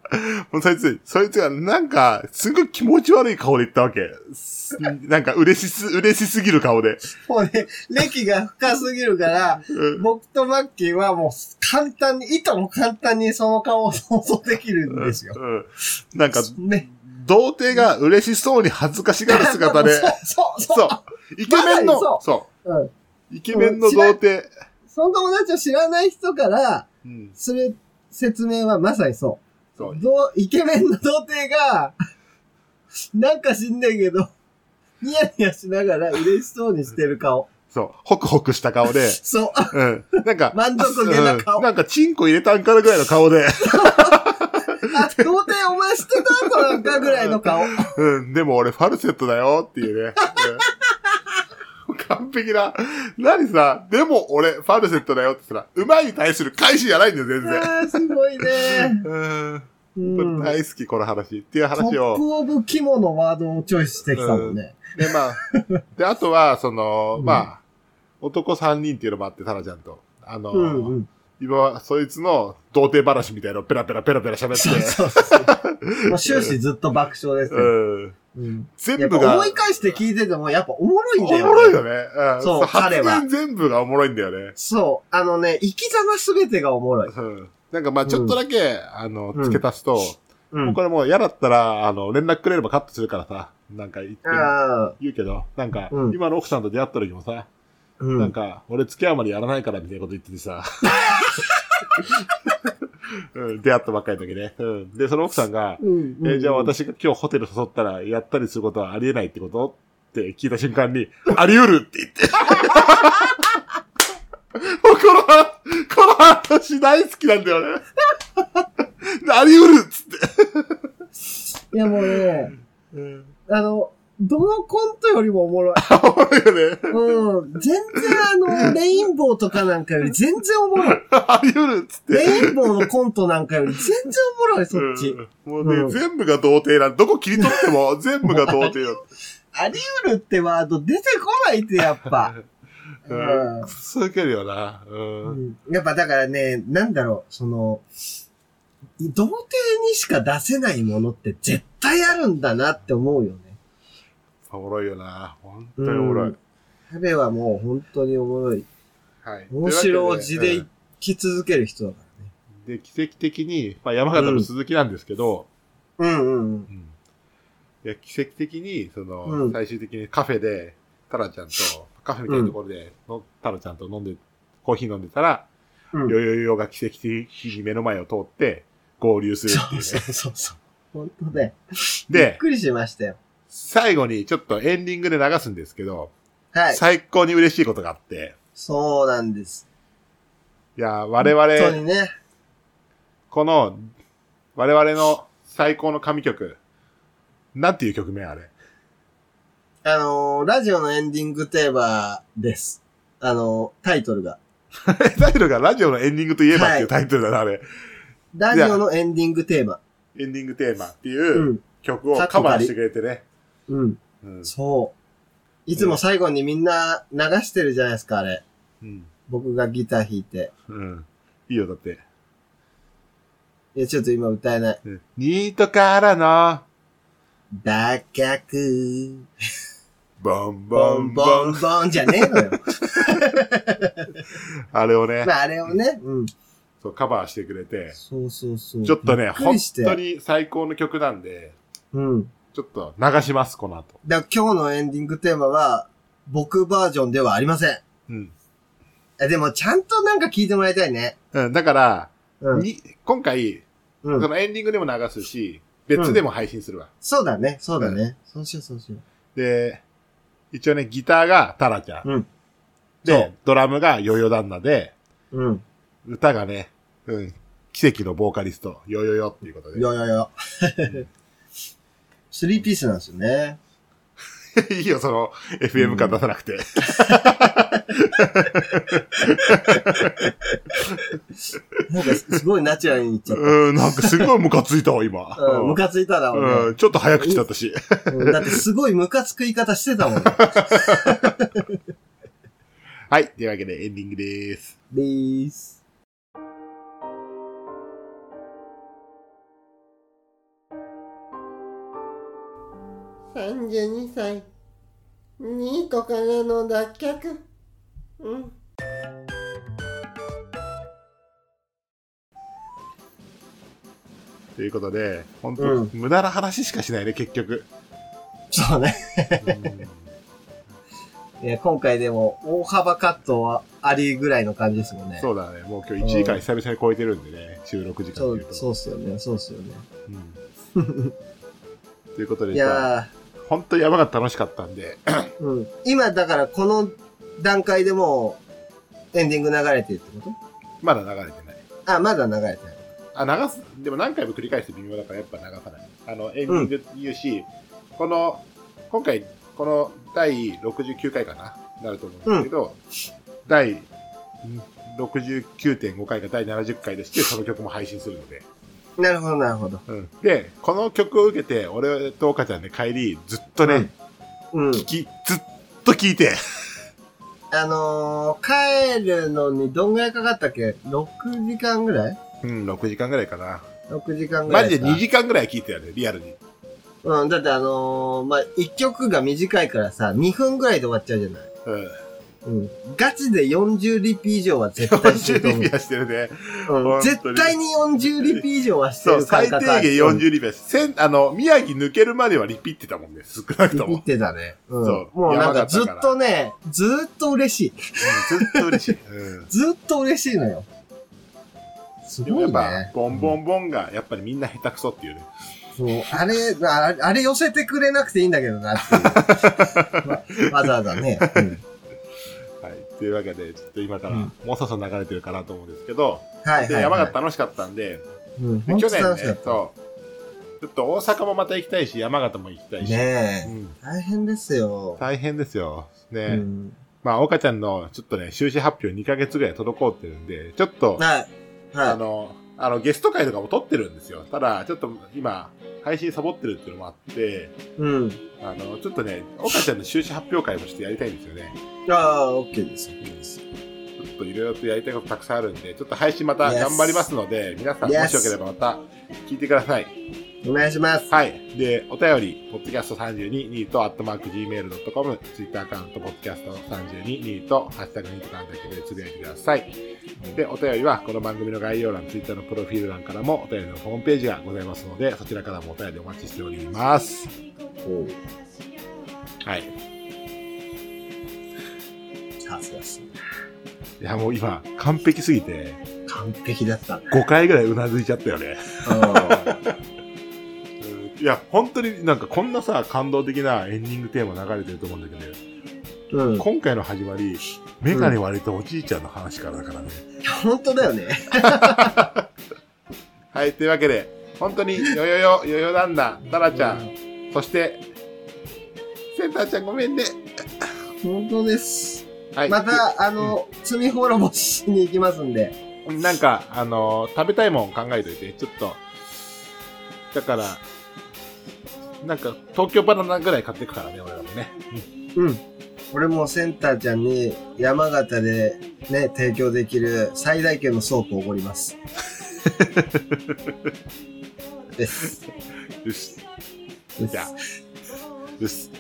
Speaker 2: もうそいつ、そいつがなんか、すごい気持ち悪い顔で言った わけ。すなんか嬉しす、嬉しすぎる顔で。
Speaker 3: もうね、歴が深すぎるから、
Speaker 2: うん
Speaker 3: 僕とマッキーはもう簡単に、いとも簡単にその顔を想像できるんですよ。
Speaker 2: うんなんか、
Speaker 3: ね。
Speaker 2: 童貞が嬉しそうに恥ずかしがる姿で、
Speaker 3: そう、そう、
Speaker 2: そ。
Speaker 3: そう
Speaker 2: イケメンの、
Speaker 3: まさに。
Speaker 2: そう
Speaker 3: うん。
Speaker 2: う。イケメンの童貞。
Speaker 3: その友達を知らない人から
Speaker 2: うん。
Speaker 3: する説明はまさにそう。
Speaker 2: そう。
Speaker 3: どう、イケメンの童貞が、なんか知んねんけど、ニヤニヤしながら嬉しそうにしてる顔。
Speaker 2: そう。ホクホクした顔で、
Speaker 3: そう。
Speaker 2: うん。なんか、
Speaker 3: 満足げな顔
Speaker 2: うんなんか、チンコ入れたんかなぐらいの顔で、
Speaker 3: あ、童貞お前知ってたとなんかぐらいの顔。
Speaker 2: うん、でも俺ファルセットだよっていうね。うん完璧な。何さ、でも俺ファルセットだよって言ったら、馬に対する返しじゃないんだよ、全然。
Speaker 3: あーすごいね。
Speaker 2: うん。
Speaker 3: うん。
Speaker 2: こ
Speaker 3: ト
Speaker 2: れ大好き、この話。っていう話
Speaker 3: ッ
Speaker 2: を。
Speaker 3: プオブ肝のワードをチョイスしてきたもんね。
Speaker 2: で、ま あ、で、あとは、その、
Speaker 3: うん
Speaker 2: まあ、男3人っていうのもあって、タラちゃんと。あの、
Speaker 3: うん うん。
Speaker 2: 今は、そいつの童貞話みたいなのをペラペラペラペラ喋
Speaker 3: そう
Speaker 2: って。
Speaker 3: そうそう。もう終始ずっと爆笑ですね。
Speaker 2: うん。
Speaker 3: うん。
Speaker 2: 全
Speaker 3: やっ
Speaker 2: 部
Speaker 3: ぱ
Speaker 2: が
Speaker 3: 思、い返して聞いててもやっぱおもろいんだよ、ね。
Speaker 2: おもろいよね。うん。
Speaker 3: そう
Speaker 2: 発
Speaker 3: 彼は
Speaker 2: 言全部がおもろいんだよね。
Speaker 3: そう。あのね、生き様すべてがおもろい。
Speaker 2: うんなんかまあちょっとだけ、あの、
Speaker 3: うん
Speaker 2: 付け足すと、
Speaker 3: う。
Speaker 2: もうんこれもう嫌だったら、あの、連絡くれればカットするからさ、なんか言って、
Speaker 3: ああ、
Speaker 2: 言うけど、なんか、
Speaker 3: うん
Speaker 2: 今の奥さんと出会った時もさ、
Speaker 3: う
Speaker 2: なん
Speaker 3: ん。
Speaker 2: か、俺付き合うまでやらないからみたいなこと言って てさ、うん、出会ったばっかりの時ね。うん。で、その奥さんが、
Speaker 3: うん
Speaker 2: えーじゃあ。私が今日ホテル誘ったら、やったりすることはありえないってことって聞いた瞬間に、あり得るって言って。もうこの話、この話大好きなんだよね。あり得るっつって。
Speaker 3: いやもうね、あの、どのコントよりもおもろい。
Speaker 2: おもろいよね。
Speaker 3: うん。全然あの、レインボーとかなんかより全然おも ろい。
Speaker 2: あり得るっつって。
Speaker 3: レインボーのコントなんかより全然おもろい、そっち。
Speaker 2: うんもうね、
Speaker 3: うん
Speaker 2: 全部が童貞なんどこ切り取っても全部が童貞だ。
Speaker 3: あり得るってワード出てこないって、やっぱ。
Speaker 2: うん
Speaker 3: うん
Speaker 2: くそウケるよな。うん。
Speaker 3: うんやっぱだからね、なんだろう、その、童貞にしか出せないものって絶対あるんだなって思うよね。
Speaker 2: おもろいよな。本当におもろい。
Speaker 3: うん彼はもう本当におもろい。
Speaker 2: はい。
Speaker 3: 面白い字で
Speaker 2: い
Speaker 3: 生き続ける人だか
Speaker 2: で、奇跡的に、まあ、山形の鈴木なんですけど、
Speaker 3: らね。うんうんうん。
Speaker 2: うんいや奇跡的に、その、
Speaker 3: うん
Speaker 2: 最終的にカフェで、タラちゃんと、カフェみたいなところで、のタラちゃんと飲んで、コーヒー飲んでたら、
Speaker 3: うん
Speaker 2: よよよが奇跡的に目の前を通って、合流するって
Speaker 3: そ
Speaker 2: いう
Speaker 3: そう
Speaker 2: うね。
Speaker 3: そうそう。本当ね。びっ
Speaker 2: で、
Speaker 3: くりしましたよ。
Speaker 2: 最後にちょっとエンディングで流すんですけど、
Speaker 3: はい。
Speaker 2: 最高に嬉しいことがあって、
Speaker 3: そうなんです。
Speaker 2: いや、我
Speaker 3: 本当
Speaker 2: 々、
Speaker 3: にね。
Speaker 2: この、我々の最高の神曲、なんていう曲名あれ。
Speaker 3: あのーラジオのエンディングテーマです。あのータイトルが。
Speaker 2: タイトルがラジオのエンディングといえばってい
Speaker 3: は
Speaker 2: う
Speaker 3: い
Speaker 2: タイトルだな、あれ。
Speaker 3: ラジオのエンディングテーマ。。
Speaker 2: エンディングテーマっていううん曲をカバーしてくれてね。
Speaker 3: うん。
Speaker 2: うん
Speaker 3: そう。いつも最後にみんな流してるじゃないですか、あれ。
Speaker 2: うん。
Speaker 3: 僕がギター弾いて。
Speaker 2: うん。いいよ、だって。
Speaker 3: いや、ちょっと今歌えない。
Speaker 2: うんニートからの、
Speaker 3: バカく
Speaker 2: ボンボ
Speaker 3: ボ
Speaker 2: ン
Speaker 3: ン
Speaker 2: ボ
Speaker 3: ボ
Speaker 2: ン。
Speaker 3: ンボンじゃねえのよ。
Speaker 2: あれをね、
Speaker 3: まあ、あれを ね。うん。
Speaker 2: そうカバーしてくれて。
Speaker 3: そうそうそう。
Speaker 2: ちょっとね、
Speaker 3: びっく
Speaker 2: 本
Speaker 3: りして
Speaker 2: 当に最高の曲なんで、
Speaker 3: うん。
Speaker 2: ちょっと流します、この後。
Speaker 3: だから今日のエンディングテーマは、僕バージョンではありません。
Speaker 2: うん。
Speaker 3: えでも、ちゃんとなんか聞いてもらいたいね。
Speaker 2: うん、だから、
Speaker 3: うん。
Speaker 2: に今回、
Speaker 3: う
Speaker 2: そ
Speaker 3: ん、
Speaker 2: のエンディングでも流すし、別でも配信するわ。
Speaker 3: そうだね、そうだね。そうしよう、そうしよ
Speaker 2: で、一応ね、ギターがタラちゃん。
Speaker 3: うんそ
Speaker 2: で
Speaker 3: う、
Speaker 2: ドラムがヨヨ旦那で、
Speaker 3: う。うん。
Speaker 2: 歌がね、うん、奇跡のボーカリスト、ヨヨヨっていうことで。
Speaker 3: よよよ。 スリーピースなんですよね。
Speaker 2: いいよ、その、FM 感出さなくて。
Speaker 3: なんか、すごいナチュラルに言っちゃっ
Speaker 2: うん、なんかすごいムカついたわ、今。
Speaker 3: た。うん、ムカついただろう
Speaker 2: う
Speaker 3: ね
Speaker 2: ん、ちょっと早口だったし。
Speaker 3: うん。だって、すごいムカつく言い方してたもんね。
Speaker 2: はい、というわけでエンディングです。
Speaker 3: ビース。
Speaker 5: 32歳ニートからの脱却うん
Speaker 2: ということで、本当、
Speaker 3: うん
Speaker 2: 無駄な話しかしないね、結局。
Speaker 3: そうね。
Speaker 2: うん
Speaker 3: いや、今回でも大幅カットはありぐらいの感じですもんね。
Speaker 2: そうだね、もう今日1時間久々に超えてるんでね、収録時間
Speaker 3: そ
Speaker 2: という
Speaker 3: う、
Speaker 2: と。
Speaker 3: そうっすよね。そうっすよね。
Speaker 2: うん ということで、
Speaker 3: い
Speaker 2: まあ
Speaker 3: や
Speaker 2: 本当山が楽しかったんで、
Speaker 3: ー、うん。今だからこの段階でもうエンディング流れてるってこ
Speaker 2: まだ流れてない。
Speaker 3: とあ、まだ流れてない。
Speaker 2: あ、流す、でも何回も繰り返して微妙だからやっぱ流さない。あの、エンディングって言うし、この、今回、この第69回かな、なると思うんですけど、第69.5回か第70回でして、その曲も配信するので。
Speaker 3: なるほど、なるほど。
Speaker 2: うんで、この曲を受けて、俺と岡ちゃんで帰り、ずっとね、
Speaker 3: うん。
Speaker 2: 聞き、ずっと聞いて、
Speaker 3: あのー、帰るのにどんぐらいかかったっけ ?6 時間ぐらい
Speaker 2: うん、6時間ぐらいかな。
Speaker 3: ?6 時間ぐらい
Speaker 2: マジで
Speaker 3: か
Speaker 2: 2時間ぐらい聞いてたよね、リアルに。
Speaker 3: うん、だってあのー、まあ、1曲が短いからさ、2分ぐらいで終わっちゃうじゃない
Speaker 2: うん。
Speaker 3: うん。ガチで40リピ以上は絶対して
Speaker 2: 40
Speaker 3: ると
Speaker 2: リ
Speaker 3: 思
Speaker 2: ピはして るね。
Speaker 3: う。うん、
Speaker 2: 本当に
Speaker 3: 絶対に40リピ以上はして
Speaker 2: そう、
Speaker 3: る
Speaker 2: 最
Speaker 3: 感
Speaker 2: 低
Speaker 3: 覚
Speaker 2: 限40リピはして、せんあの、宮城抜けるまではリピってたもんね、少なくと
Speaker 3: 見
Speaker 2: も。
Speaker 3: てたね。うん。
Speaker 2: そう
Speaker 3: もうなんかず
Speaker 2: やばかったから
Speaker 3: っとね、ずーっと嬉しい。
Speaker 2: うんずっと嬉しい。 うん。
Speaker 3: ずーっと嬉しいのよ。す
Speaker 2: でも
Speaker 3: ご
Speaker 2: や
Speaker 3: い
Speaker 2: っ
Speaker 3: ね
Speaker 2: ぱ、。ボンボンボンが、やっぱりみんな下手くそっていうね。
Speaker 3: そう。あれ、ああれ寄せてくれなくていいんだけどなって いう。わわざわざね。うん
Speaker 2: はい。というわけで、ちょっと今から、
Speaker 3: うん
Speaker 2: もうそろそろ流れてるかなと思うんですけど、
Speaker 3: はいはい、
Speaker 2: で、
Speaker 3: はい。
Speaker 2: 山形楽しかったんで、
Speaker 3: うん、
Speaker 2: で
Speaker 3: 本
Speaker 2: 去
Speaker 3: 当
Speaker 2: 年
Speaker 3: 楽
Speaker 2: ね
Speaker 3: しかっ、た。
Speaker 2: そう。ちょっと大阪もまた行きたいし、山形も行きたいし。
Speaker 3: ね
Speaker 2: う
Speaker 3: え。
Speaker 2: ん。
Speaker 3: 大変ですよ。
Speaker 2: 大変ですよ。ね。
Speaker 3: うん。
Speaker 2: まあ、岡ちゃんの、ちょっとね、収支発表2ヶ月ぐらい滞ってるんで、ちょっと、
Speaker 3: はい。
Speaker 2: あ
Speaker 3: は
Speaker 2: の、あの、ゲスト会とかも撮ってるんですよ。ただ、ちょっと今、配信サボってるっていうのもあって、
Speaker 3: い。うん。
Speaker 2: あの、ちょっとね、岡ちゃんの収支発表会もしてやりたいんですよね。
Speaker 3: ああ、OK です。OK です。
Speaker 2: ちょっといろいろとやりたいことたくさんあるんで、ちょっと配信また
Speaker 3: Yes
Speaker 2: 頑張りますので、皆さん、
Speaker 3: Yes
Speaker 2: もしよければまた聞いてください。
Speaker 3: お願いします。
Speaker 2: はい。で、お便り、ポッドキャスト32、ニート、アットマーク、gmail.com、ツイッターアカウント、ポッドキャスト32、ニート、ハッシュタグ、ニートなんだけでつぶやいてください。で、お便りは、この番組の概要欄、ツイッターのプロフィール欄からも、お便りのホームページがございますので、そちらからもお便りお待ちしております。はい。
Speaker 3: さすがですね。
Speaker 2: いや、もう今、完璧すぎて、
Speaker 3: 完璧だったね。
Speaker 2: 5回ぐらいうなずいちゃったよね。
Speaker 3: う
Speaker 2: うんいや、本当になんかこんなさ、感動的なエンディングテーマ流れてると思うんだけど、
Speaker 3: ん。うん、
Speaker 2: 今回の始まり、メガネ割れたおじいちゃんの話からだからね。
Speaker 3: 本当だよね。
Speaker 2: はい、というわけで、本当によよよ、よよなんだ、タラちゃん、そして、センターちゃんごめんね。
Speaker 3: 本当です。
Speaker 2: はい、
Speaker 3: また、あの、罪滅ぼししに行きますんで。
Speaker 2: なんか、あのー食べたいもん考えといて、ちょっと、だから、なんか、東京バナナぐらい買ってくからね、俺らもね。
Speaker 3: うん。俺もセンターちゃんに山形でね、提供できる最大級のソープをおごり ます。です。
Speaker 2: よし、
Speaker 3: で
Speaker 2: じゃあ
Speaker 3: す。。
Speaker 2: うっ す。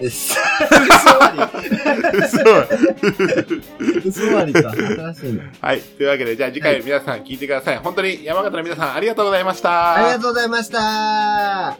Speaker 3: です。嘘割
Speaker 2: す
Speaker 3: り嘘割りか。新しいの。
Speaker 2: はい。というわけで、じゃあ次
Speaker 3: は
Speaker 2: 回皆さん聞いてください。本当に山形の皆さんありがとうございました。
Speaker 3: ありがとうございました。